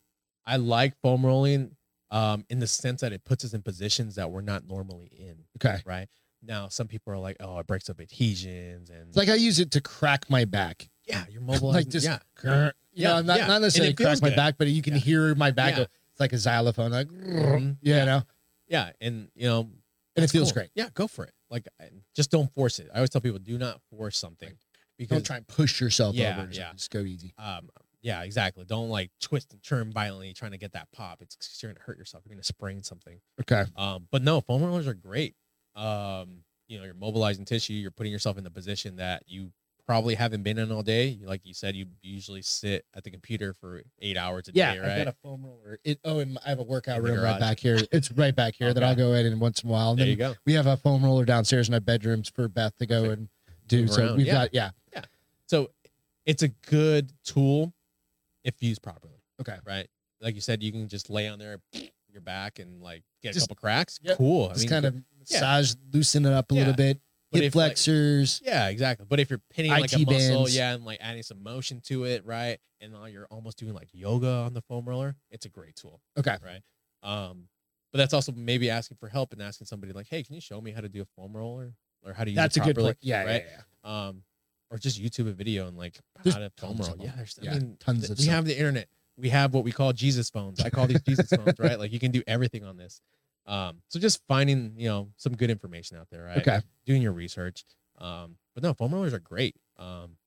B: i like foam rolling um in the sense that it puts us in positions that we're not normally in
A: Okay.
B: right now some people are like oh it breaks up adhesions and
A: It's like I use it to crack my back.
B: Yeah,
A: <laughs>
B: you're mobilizing.
A: just-
B: yeah,
A: You know, I'm not,
B: yeah.
A: not necessarily
B: And it feels
A: crack my
B: good.
A: back, but you can
B: Yeah.
A: hear my back.
B: Yeah.
A: Go, it's like a xylophone, like,
B: Mhm.
A: you
B: Yeah.
A: know,
B: yeah, and you know,
A: and it
B: that's
A: feels
B: cool.
A: great.
B: Yeah, go for it. Like, I- just don't force it. I always tell people, do not force something because,
A: Don't try and push yourself
B: Yeah,
A: over. Just,
B: yeah.
A: just go easy.
B: um, yeah, exactly. Don't like twist and turn violently trying to get that pop. It's 'cause you're gonna hurt yourself. You're gonna sprain something.
A: Okay.
B: Um, but no, foam rollers are great. Um, you know, you're mobilizing tissue. You're putting yourself in the position that you probably haven't been in all day. Like you said, you usually sit at the computer for eight hours a
A: Yeah,
B: day,
A: I've
B: right?
A: got a foam roller. It, oh, and I have a workout
B: In the
A: room right
B: garage.
A: back here. It's right back here that
B: Okay.
A: I'll go in and once in a while. And
B: there you
A: then
B: go.
A: we have a foam roller downstairs in our bedrooms for Beth to go
B: Perfect.
A: and do.
B: Move
A: So
B: around,
A: we've
B: yeah.
A: got, yeah.
B: So it's a good tool if used properly,
A: Okay.
B: right? Like you said, you can just lay on there, <sniffs> your back, and like get
A: Just-
B: a couple cracks.
A: yep.
B: Cool. I
A: Just
B: mean,
A: kind of massage, loosen it up a little
B: Yeah.
A: bit,
B: But
A: hip
B: if, like-
A: flexors.
B: yeah, exactly. But if you're pinning like a
A: IT
B: muscle,
A: bands.
B: yeah, and like adding some motion to it, right? And now you're almost doing like yoga on the foam roller. It's a great tool,
A: okay.
B: right? Um, but that's also maybe asking for help and asking somebody like, "Hey, can you show me how to do a foam roller?" or how to use
A: That's
B: it
A: a good
B: properly,
A: point. Yeah,
B: right?
A: yeah, yeah.
B: um, or just YouTube a video and like
A: There's
B: how to film
A: tons
B: roll.
A: of
B: Yeah,
A: them.
B: there's I
A: Yeah,
B: mean,
A: tons
B: th-
A: of
B: we
A: stuff.
B: have the internet. We have what we call Jesus phones. I call these Jesus phones, right? Like you can do everything on this. Um, so just finding you know some good information out there, right?
A: Okay.
B: Doing your research. Um, but no, foam rollers are great. Um,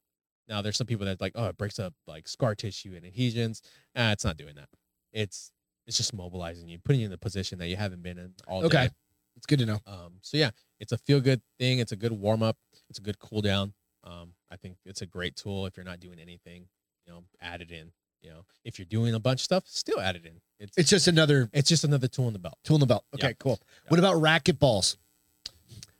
B: now there's some people that like oh it breaks up like scar tissue and adhesions. Ah, it's not doing that. It's it's just mobilizing you, putting you in the position that you haven't been in all
A: Okay.
B: day.
A: It's good to know.
B: Um, so yeah, it's a feel good thing. It's a good warm up. It's a good cool down. Um, I think it's a great tool if you're not doing anything. You know, add it in. You know, if you're doing a bunch of stuff, still add it in. It's
A: It's
B: it's,
A: just another
B: just another tool in the belt.
A: tool in the belt.
B: Yeah.
A: Okay, cool. What about racket balls?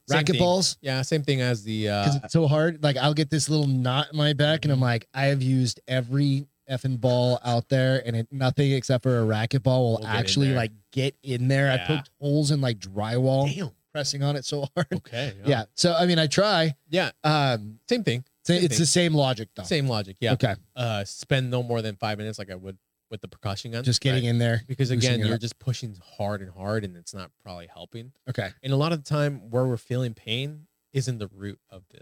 A: Racket
B: thing.
A: balls?
B: Yeah, same thing as the uh,
A: because it's so hard. Like I'll get this little knot in my back, and I'm like, I have used every effing ball out there, and it, nothing except for a racquetball will
B: Will get in
A: actually
B: there.
A: like get in there. I
B: Yeah.
A: poked holes in like drywall,
B: damn.
A: pressing on it so hard.
B: Okay.
A: <laughs> Yeah. So I mean, I try.
B: Yeah.
A: Um,
B: Same thing.
A: so
B: Same
A: it's
B: thing.
A: the same logic though.
B: Same logic. Yeah.
A: Okay.
B: Uh, spend no more than five minutes, like I would with the percussion gun.
A: Just getting
B: right?
A: in there.
B: Because
A: loosening
B: again,
A: it
B: you're
A: up.
B: just pushing hard and hard, and it's not probably helping.
A: Okay.
B: And a lot of the time, where we're feeling pain isn't the root of the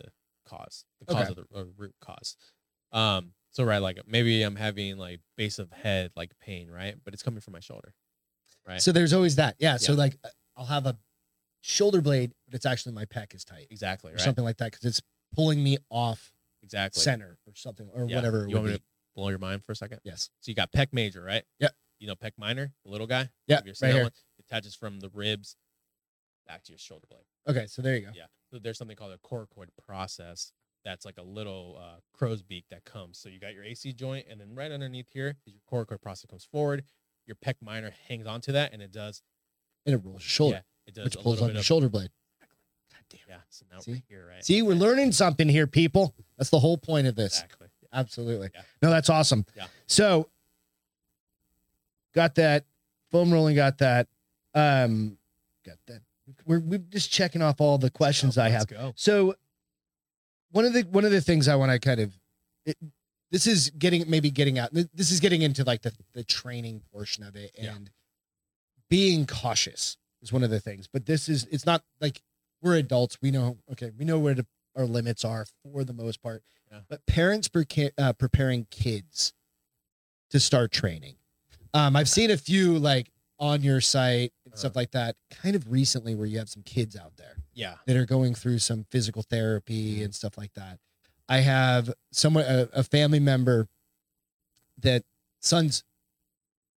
B: cause, the cause of the uh, root cause. Um, so right, like maybe I'm having like base of head like pain, right? But it's coming from my shoulder. Right.
A: So there's always that. Yeah. So like, I'll have a shoulder blade, but it's actually my pec is tight
B: Exactly.
A: or
B: Right.
A: something like that because it's pulling me off
B: Exactly.
A: center or something or
B: Yeah.
A: whatever. it would
B: You want me
A: be.
B: to blow your mind for a second?
A: Yes.
B: So you got pec major, right?
A: Yep.
B: You know pec minor, the little guy.
A: Yeah.
B: Have you ever seen
A: Right
B: that
A: here.
B: one? It attaches from the ribs back to your shoulder blade.
A: Okay. So there you go.
B: Yeah. So there's something called a coracoid process that's like a little uh, crow's beak that comes. So you got your AC joint, and then right underneath here is your coracoid process comes forward. Your pec minor hangs onto that, and it does.
A: and it rolls shoulder,
B: Yeah, it does
A: which
B: a
A: pulls
B: little
A: on
B: bit
A: your
B: of.
A: shoulder blade. God damn.
B: Yeah. So now
A: See?
B: we're here, right?
A: See, we're learning something here, people. That's the whole point of this.
B: Exactly.
A: Absolutely.
B: Yeah.
A: No, that's awesome.
B: Yeah.
A: So got that. Foam rolling got that. Um got that. We're we're just checking off all the questions I
B: Let's
A: have.
B: Go.
A: So one of the one of the things I want to kind of it, this is getting maybe getting out. This is getting into like the the training portion of it and
B: Yeah.
A: being cautious is one of the things. But this is it's not like we're adults. We know okay. We know where the, our limits are for the most part.
B: Yeah.
A: But parents preca- uh, preparing kids to start training. Um, I've seen a few like on your site and stuff
B: Uh-huh.
A: like that, kind of recently, where you have some kids out there
B: Yeah.
A: that are going through some physical
B: Mm-hmm.
A: therapy and stuff like that. I have someone, a, a family member that son's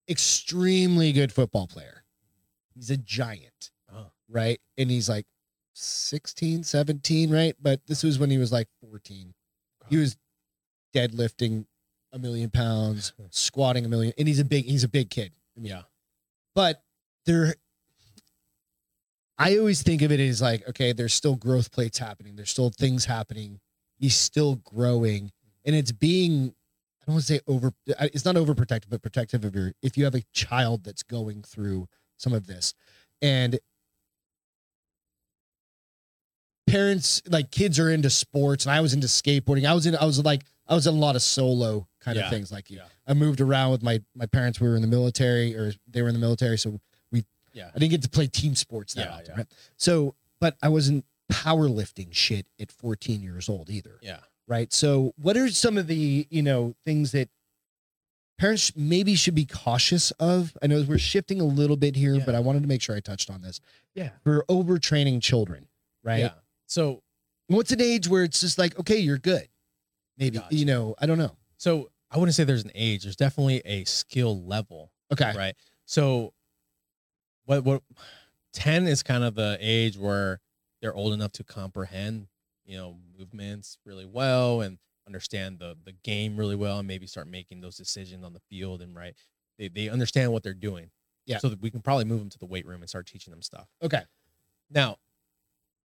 A: extremely good football player. He's a giant,
B: Oh.
A: right? And he's like 16, 17, right? But this was when he was like 14. He was deadlifting a million
B: <laughs>
A: pounds, squatting a million, and he's a big, he's a big kid
B: Yeah.
A: but there i always think of it as like okay there's still growth plates happening there's still things happening he's still growing and it's being i don't want to say over I- it's not overprotective but protective of your if you have a child that's going through some of this and parents like kids are into sports and i was into skateboarding i was in i was like i was in a lot of solo kind
B: Yeah.
A: of things like you
B: Yeah.
A: I moved around with my my parents. We were in the military, or they were in the military, so we
B: Yeah.
A: I didn't get to play team sports that
B: Yeah,
A: often.
B: yeah.
A: Right? So, but I wasn't powerlifting shit at 14 years old either,
B: Yeah.
A: right? So, what are some of the you know things that parents sh- maybe should be cautious of? I know we're shifting a little bit here,
B: Yeah.
A: but I wanted to make sure I touched on this
B: Yeah.
A: for overtraining children, right?
B: Yeah. So
A: What's an age where it's just like, okay, you're good, maybe
B: Gotcha.
A: you know, I don't know.
B: so I wouldn't say there's an age. There's definitely a skill level
A: Okay,
B: right so what what 10 is kind of the age where they're old enough to comprehend you know movements really well and understand the the game really well and maybe start making those decisions on the field and right they, they understand what they're doing
A: Yeah.
B: so that we can probably move them to the weight room and start teaching them stuff
A: okay,
B: now,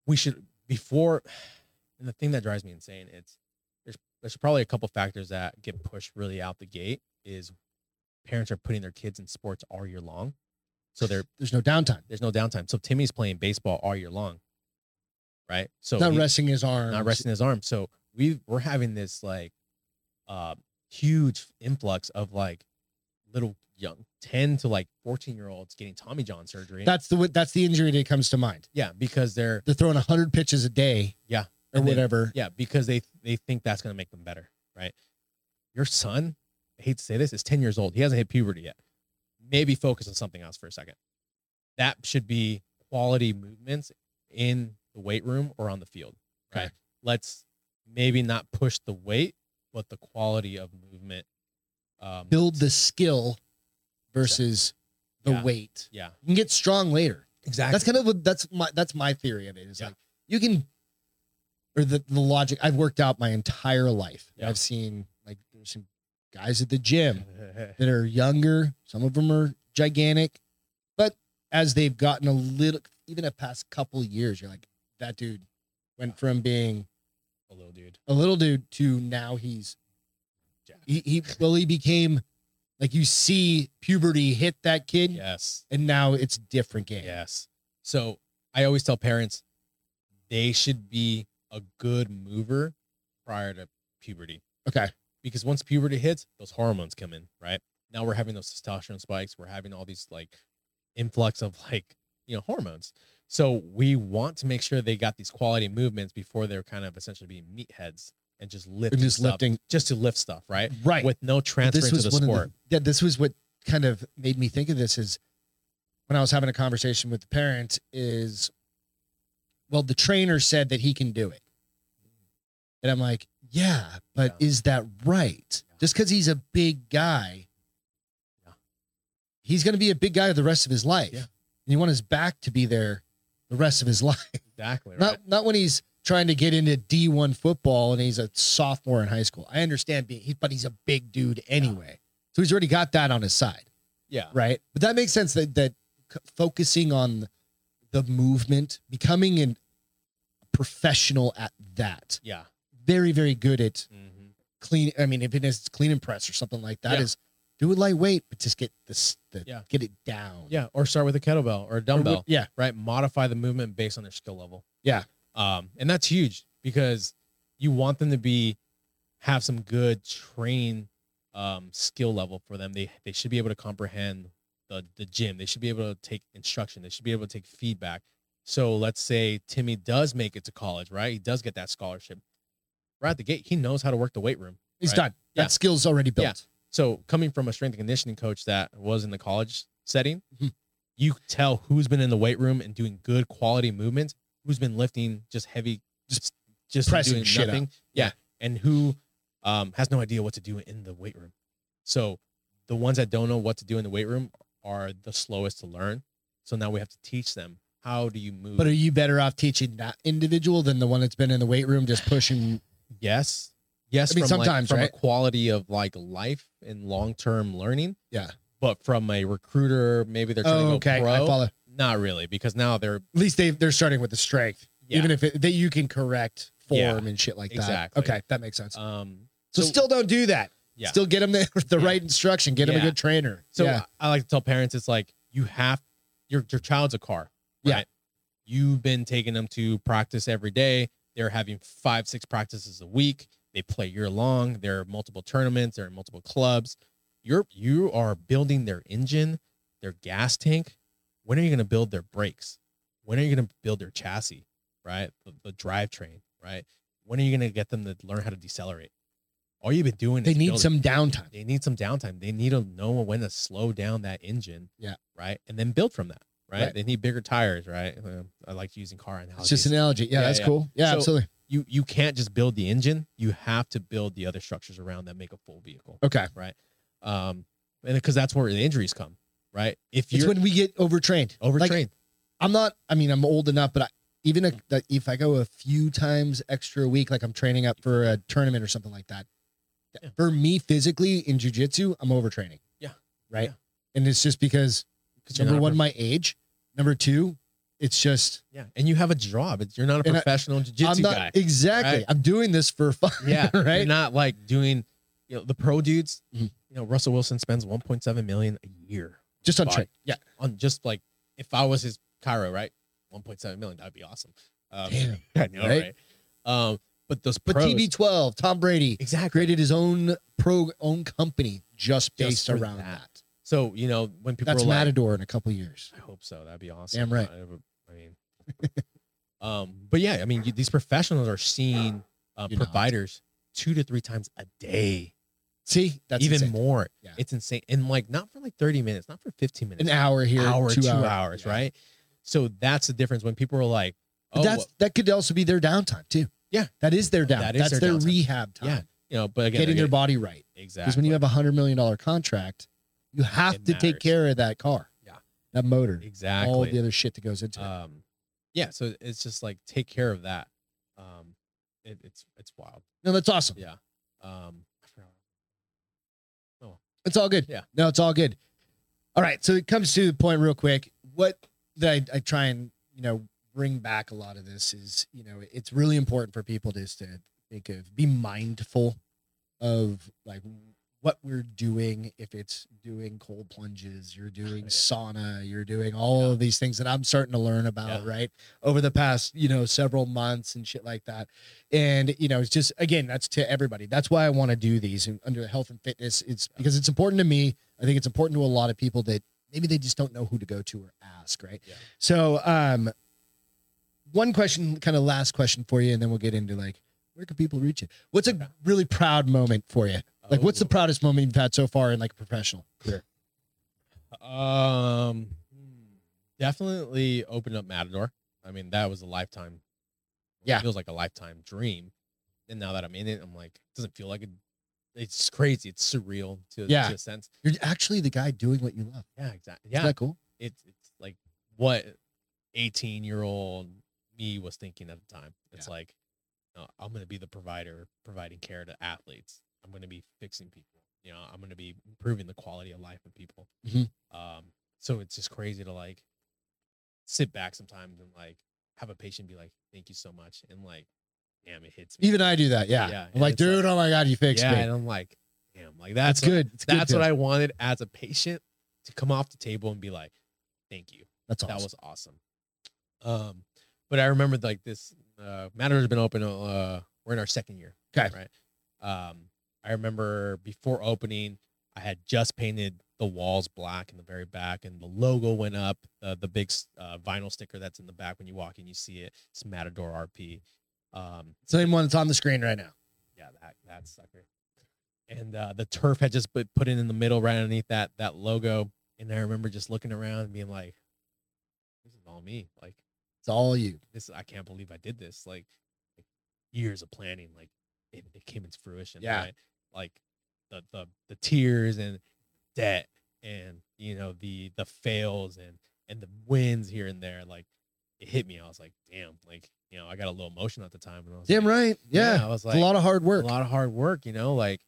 B: we should before, and the thing that drives me insane, it's there's there's probably a couple factors that get pushed really out the gate is parents are putting their kids in sports all year long, so there
A: there's no downtime.
B: there's no downtime. So Timmy's playing baseball all year long, right? So
A: not
B: he-
A: resting his arm.
B: not resting his arm. So we we're having this like uh huge influx of like little young 10 to like 14 year olds getting Tommy John surgery.
A: That's the that's the injury that comes to mind.
B: yeah, because they're
A: They're throwing hundred pitches a day.
B: Yeah.
A: or
B: And then-
A: whatever.
B: yeah, because they they think that's going to make them better, right? Your son, I hate to say this, is 10 years old. He hasn't hit puberty yet. Maybe focus on something else for a second. That should be quality movements in the weight room or on the field, right?
A: Okay.
B: Let's maybe not push the weight, but the quality of movement. Um,
A: Build the skill versus the
B: Yeah.
A: weight.
B: yeah,
A: You can get strong later.
B: exactly.
A: That's kind of what that's my that's my theory of it. Is
B: Yeah.
A: like you can or the, the logic I've worked out my entire life.
B: Yeah.
A: I've seen like there's some guys at the gym <laughs> that are younger. Some of them are gigantic, but as they've gotten a little, even a past couple years, you're like, that dude went from being
B: <laughs> a little dude.
A: a little dude to now he's,
B: Jacked.
A: he, he well he became, like you see puberty hit that kid,
B: Yes.
A: and now it's a different game.
B: Yes. So I always tell parents they should be a good mover prior to puberty
A: Okay.
B: because once puberty hits, those hormones come in, right? Now we're having those testosterone spikes. We're having all these like influx of like, you know, hormones. So we want to make sure they got these quality movements before they're kind of essentially being meatheads and just lifting,
A: just
B: stuff-
A: lifting-
B: just to lift stuff, right?
A: Right.
B: With no transfer into the
A: one
B: sport.
A: Of the, yeah, this was what kind of made me think of this is when I was having a conversation with the parent is, well, the trainer said that he can do it. And I'm like, yeah, but
B: Yeah.
A: is that right?
B: Yeah.
A: Just because he's a big guy,
B: Yeah.
A: he's going to be a big guy the rest of his life.
B: Yeah.
A: And you want his back to be there the rest of his <laughs> life.
B: exactly. Right.
A: Not not when he's trying to get into D1 football and he's a sophomore in high school. I understand being, he, but he's a big dude anyway. So he's already got that on his side,
B: yeah.
A: right? But that makes sense that that c- focusing on the movement, becoming an professional at that.
B: Yeah.
A: Very very good at
B: hmm
A: clean I mean if it is clean and press or something like that is
B: Yeah.
A: do it lightweight but just get this the,
B: Yeah.
A: get it down.
B: Yeah. Or start with a kettlebell or a
A: Or what-
B: dumbbell.
A: Yeah.
B: right? Modify the movement based on their skill level.
A: Yeah.
B: Um, and that's huge because you want them to be have some good train um skill level for them. They they should be able to comprehend the the gym. They should be able to take instruction. They should be able to take feedback. So let's say Timmy does make it to college, right? He does get that scholarship. Right at the gate, he knows how to work the weight room.
A: He's
B: Right.
A: done. That
B: Yeah.
A: skill's already built.
B: So coming from a strength and conditioning coach that was in the college setting,
A: Mhm.
B: you tell who's been in the weight room and doing good quality movements, who's been lifting just heavy, just just
A: pressing
B: doing
A: shit
B: nothing, yeah. and who um, has no idea what to do in the weight room. So the ones that don't know what to do in the weight room are the slowest to learn. So now we have to teach them how do you move.
A: But are you better off teaching that individual than the one that's been in the weight room just pushing?
B: yes yes
A: I mean,
B: from like-
A: sometimes,
B: from
A: right?
B: a quality of like life and long-term learning
A: Yeah.
B: but from a recruiter maybe they're trying
A: Oh,
B: to go
A: okay, I
B: pro
A: follow. At
B: not really because now they're
A: least they they're starting with the strength,
B: yeah,
A: even if it, that you can correct form
B: Yeah,
A: and shit like that.
B: exactly.
A: Okay, that makes sense.
B: um
A: so,
B: so-
A: still don't do that.
B: Yeah.
A: Still get them the, <laughs> the
B: Yeah.
A: right instruction. Get them a
B: Yeah.
A: good trainer.
B: so uh,
A: yeah.
B: i like to tell parents it's like you have your your child's a car
A: Yeah.
B: right? you've been taking them to practice every day they're having five six practices a week they play year long there are multiple tournaments there are multiple clubs you're you are building their engine their gas tank when are you going to build their brakes when are you going to build their chassis right the, the drivetrain right when are you going to get them to learn how to decelerate all you've been doing
A: they
B: is
A: need
B: building
A: some downtime.
B: they need some downtime. They need to know when to slow down that engine.
A: Yeah.
B: Right. And then build from that. Right.
A: Right.
B: They need bigger tires. Right. Uh, I like using car
A: It's
B: analogies.
A: just an analogy. Yeah,
B: Yeah,
A: that's
B: yeah.
A: cool. Yeah,
B: So-
A: absolutely.
B: you you can't just build the engine. You have to build the other structures around that make a full vehicle.
A: Okay.
B: Um, and because that's where the injuries come. Right. If
A: It's
B: you're
A: when we get overtrained.
B: overtrained,
A: Like, I'm not. I mean, I'm old enough, but I, even a, that if I go a few times extra a week, like I'm training up for a tournament or something like that,
B: Yeah.
A: for me physically in jujitsu, I'm overtraining.
B: Yeah.
A: Right.
B: Yeah.
A: And it's just because
B: 'cause you're
A: number
B: not a
A: one,
B: prof-
A: my age. Number two, it's just
B: yeah, and you have a job. It's- You're not a
A: And I-
B: professional
A: I'm
B: jiu-jitsu
A: not <laughs>
B: guy.
A: exactly.
B: right?
A: I'm doing this for fun.
B: Yeah,
A: <laughs>
B: You're
A: right.
B: not like doing, you know, the pro dudes.
A: Mhm.
B: You know, Russell Wilson spends 1.7 million a year
A: just on
B: Body.
A: train. Yeah.
B: on just like if I was his Cairo, right? 1.7 million, that'd be awesome. Um,
A: Damn.
B: <laughs> I know,
A: Right?
B: right? Um, but those
A: But
B: pros,
A: TB12, Tom Brady
B: exactly
A: created his own pro own company just
B: Just
A: based
B: for
A: around that.
B: that. So you know when people
A: That's
B: are like,
A: Matador in a couple years.
B: I hope so. That'd be awesome.
A: Damn right.
B: I, would- I
A: <laughs>
B: mean, um, but yeah, I mean, you, these professionals are seeing uh,
A: You know.
B: providers two to three times a day,
A: See, that's
B: even
A: insane.
B: more.
A: Yeah.
B: It's insane, and like not for like thirty minutes, not for fifteen minutes,
A: an hour here,
B: hour,
A: two,
B: two,
A: hours,
B: hours,
A: Yeah.
B: right? So that's the difference when people are like,
A: But
B: "Oh,
A: that's that could also be their downtime too.
B: Yeah.
A: that is their downtime.
B: That is
A: that's
B: their
A: their,
B: downtime.
A: rehab time.
B: Yeah, you know," but again,
A: getting
B: they're
A: their body right.
B: getting-
A: Because when
B: exactly,
A: you have a hundred million dollar contract, you have
B: It
A: to
B: matters.
A: take care of that car.
B: Yeah.
A: that motor,
B: exactly,
A: all the other shit that goes into it.
B: um, yeah. So it's just like take care of that. Um, it, it's it's wild.
A: No, that's awesome.
B: Yeah. Um, I forgot.
A: It's all good.
B: Yeah.
A: No, it's all good. All right. So it comes to the point real quick. What that I, I try and, you know, bring back a lot of this is, you know, it's really important for people just to think of be mindful of like what we're doing. If it's doing cold plunges, you're doing
B: Oh, Yeah.
A: sauna, you're doing all of these things that I'm starting to learn about,
B: Yeah.
A: right? Over the past, you know, several months and shit like that. And you know, it's just again, that's to everybody. That's why I want to do these and under health and fitness. It's because it's important to me. I think it's important to a lot of people that maybe they just don't know who to go to or ask, right?
B: Yeah.
A: So, um, one question, kind of last question for you, and then we'll get into like where can people reach you? What's a really proud moment for you? Like, what's the
B: Oh.
A: proudest moment you've had so far in like a professional career?
B: oh, Um, definitely open up Matador. I mean, that was a lifetime.
A: Yeah.
B: feels like a lifetime dream. And now that I'm in it, I'm like, it doesn't feel like it. It's crazy. It's surreal to,
A: Yeah.
B: to a sense.
A: You're actually the guy doing what you love.
B: Yeah, exactly.
A: Isn't
B: Yeah,
A: that cool?
B: it's it's like what 18 year old me was thinking at the time. It's like, no, I'm gonna be the provider providing care to athletes. I'm gonna be fixing people. You know, I'm gonna be improving the quality of life of people.
A: Mhm.
B: Um, so it's just crazy to like sit back sometimes and like have a patient be like, "Thank you so much," and like, damn, it hits me.
A: Even I do that. Yeah.
B: Yeah,
A: I'm
B: and
A: like,
B: it's like-
A: dude, oh my God, you fixed
B: yeah,
A: me.
B: and I'm like, damn, like that's
A: That's
B: what-
A: good. It's good
B: that's
A: to-
B: what I wanted as a patient to come off the table and be like, "Thank you."
A: That's awesome.
B: that was awesome. Um, but I remember like this uh, Matador's been open. Uh, we're in our second year.
A: Okay.
B: Right. Um, I remember before opening, I had just painted the walls black in the very back, and the logo went up. Uh, the big s- uh, vinyl sticker that's in the back when you walk in, you see it. It's Matador RP. Um,
A: Same one that's on the screen right now.
B: yeah, that that sucker. And uh, the turf had just put put in in the middle, right underneath that that logo. And I remember just looking around and being like, "This is all me." Like
A: It's all you.
B: this I can't believe I did this. Like, like, years of planning, like it, it came into fruition.
A: Yeah.
B: right? Like the the the tears and debt and you know the the fails and and the wins here and there. Like it hit me. I was like, damn. Like you know, I got a little emotional at the time. And I was
A: Damn
B: like,
A: right. Yeah.
B: I was
A: It's
B: like
A: a lot of hard work.
B: a lot of hard work. You know, like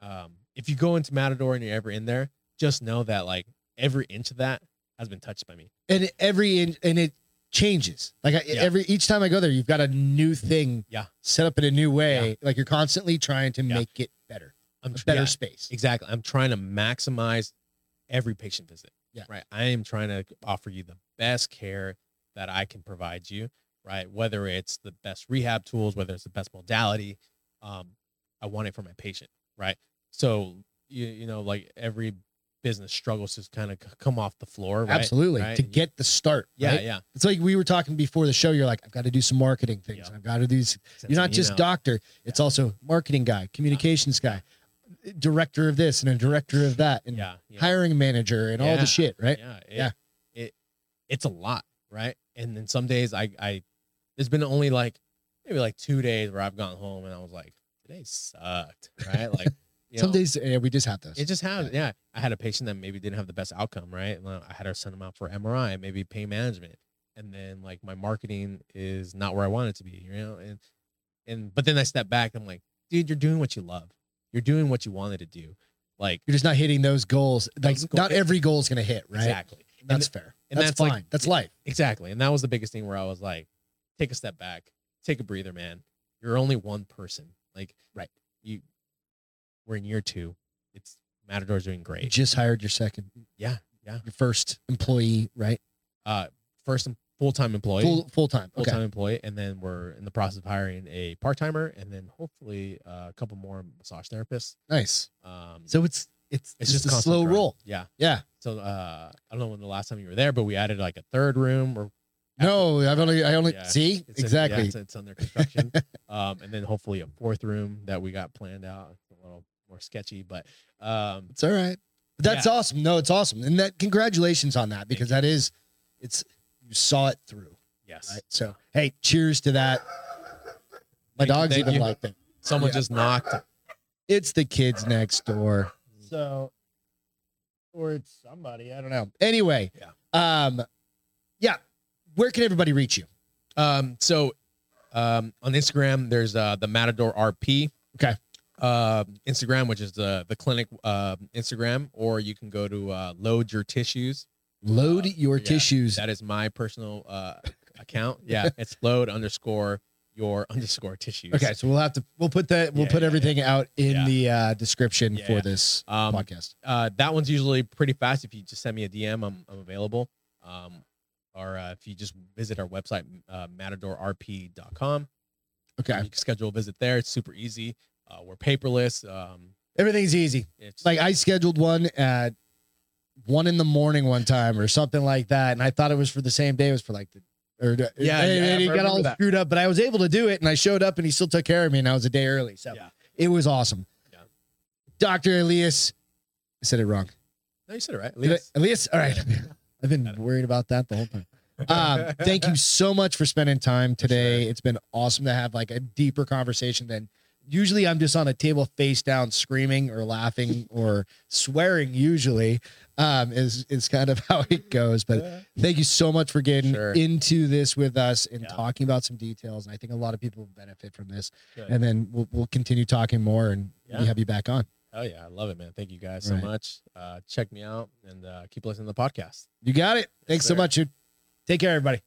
B: um, if you go into Matador and you're ever in there, just know that like every inch of that has been touched by me.
A: and every in- and it changes like I,
B: Yeah.
A: every each time i go there you've got a new thing
B: Yeah.
A: set up in a new way like you're constantly trying to
B: Yeah.
A: make it better
B: I'm
A: a better
B: yeah,
A: space
B: Exactly. I'm trying to maximize every patient visit.
A: Yeah.
B: Right. I am trying to offer you the best care that I can provide you. Right. Whether it's the best rehab tools, whether it's the best modality, um, I want it for my patient. Right. So you you know like every business struggles to kind of come off the floor. Right?
A: absolutely
B: Right.
A: to get the start
B: Yeah.
A: right?
B: Yeah.
A: it's like we were talking before the show you're like i've got to do some marketing things
B: Yeah.
A: and i've got to do these
B: Send
A: you're
B: some
A: not just
B: email.
A: doctor it's
B: Yeah.
A: also marketing guy communications guy director of this and a director of that and
B: Yeah. yeah.
A: hiring manager and all
B: Yeah.
A: the shit right
B: Yeah. It,
A: Eh, Yeah.
B: It it's a lot, right? And then some days I I there's been only like maybe like two days where I've gone home and I was like, today sucked, right?
A: <laughs>
B: Like you
A: some
B: know,
A: days yeah, we just have those
B: it just happened. Yeah. I had a patient that maybe didn't have the best outcome, right? And uh, I had her send them out for MRI, maybe pain management. And then like my marketing is not where I want it to be, you know? And and but then I step back and I'm like, dude, you're doing what you love. You're doing what you wanted to do. Like
A: you're just not hitting those goals like
B: Those goal-
A: not every goal is going to hit right
B: exactly. And
A: That's fair.
B: and
A: that's,
B: that's
A: fine.
B: like-
A: that's life.
B: Exactly. And that was the biggest thing where I was like, take a step back, take a breather, man. You're only one person. Like,
A: Right.
B: You, we're in year two. It's Matador's doing
A: You
B: great.
A: just hired your second,
B: Yeah. Yeah.
A: your first employee, right?
B: Uh, first full time employee,
A: Full
B: full
A: full time. Okay.
B: time employee. And then we're in the process of hiring a part timer and then hopefully uh, a couple more massage therapists.
A: Nice.
B: Um,
A: So it's It's,
B: It's
A: just,
B: just,
A: a
B: constant
A: slow
B: grind.
A: roll.
B: Yeah.
A: Yeah.
B: So uh, I don't know when the last time you were there, but we added like a third room or
A: No, I've only I only
B: Yeah.
A: see
B: It's in- yeah,
A: exactly.
B: it's, it's under construction. <laughs> um, and then hopefully a fourth room that we got planned out. It's a little more sketchy, but um,
A: It's all right. But that's
B: Yeah.
A: awesome. No, it's awesome. And that congratulations on that because that is it's you saw it through.
B: yes,
A: Right? So hey, cheers to that. My
B: Thank you,
A: dog's
B: thank
A: even
B: you.
A: like that.
B: someone
A: Yeah.
B: just knocked.
A: It's the kids next door. So or it's somebody, I don't know. Anyway, yeah. um yeah, where can everybody reach you?
B: Um, so um, on Instagram, there's uh, the Matador RP.
A: Okay.
B: Um, Instagram, which is the the clinic uh, Instagram, or you can go to uh, load your tissues.
A: Load your
B: yeah,
A: tissues.
B: That is my personal uh, account.
A: <laughs>
B: Yeah, it's load underscore your underscore tissues.
A: Okay, so we'll have to we'll put that we'll
B: Yeah,
A: put
B: yeah,
A: everything out in
B: Yeah.
A: the uh description
B: Yeah,
A: for
B: yeah.
A: this
B: Um,
A: podcast.
B: uh, that one's usually pretty fast. If you just send me a DM, I'm, I'm available. Um, or uh, if you just visit our website, uh, matadorrp.com,
A: Okay.
B: you can schedule a visit there. It's super easy. Uh, we're paperless. Um,
A: Everything's easy.
B: it's
A: like I scheduled one at one in the morning one time or something like that, and I thought it was for the same day. It was for like the or uh,
B: Yeah,
A: and-
B: yeah,
A: and
B: I
A: it got
B: remember
A: all
B: that.
A: screwed up, but I was able to do it, and I showed up, and he still took care of me, and I was a day early, so
B: Yeah.
A: it was awesome.
B: Yeah.
A: Doctor Elias, I said it wrong.
B: no, you said it right.
A: Did I- Elias,
B: Elias.
A: all right. <laughs> I've been worried about that the whole time. Um, thank you so much for spending time today. It's been awesome to have like a deeper conversation than usually I'm just on a table face down screaming or laughing or swearing usually um, is, is kind of <laughs> how it goes. But thank you so much for getting
B: Sure.
A: into this with us and
B: Yeah.
A: talking about some details. And I think a lot of people will benefit from this
B: Good.
A: and then we'll, we'll continue talking more and
B: Yeah.
A: we have you back on.
B: Oh yeah, I love it, man. Thank you guys
A: Right.
B: so much. Uh, check me out and uh, keep listening to the podcast.
A: You got it. Thanks so
B: sir.
A: much. dude. Take care, everybody.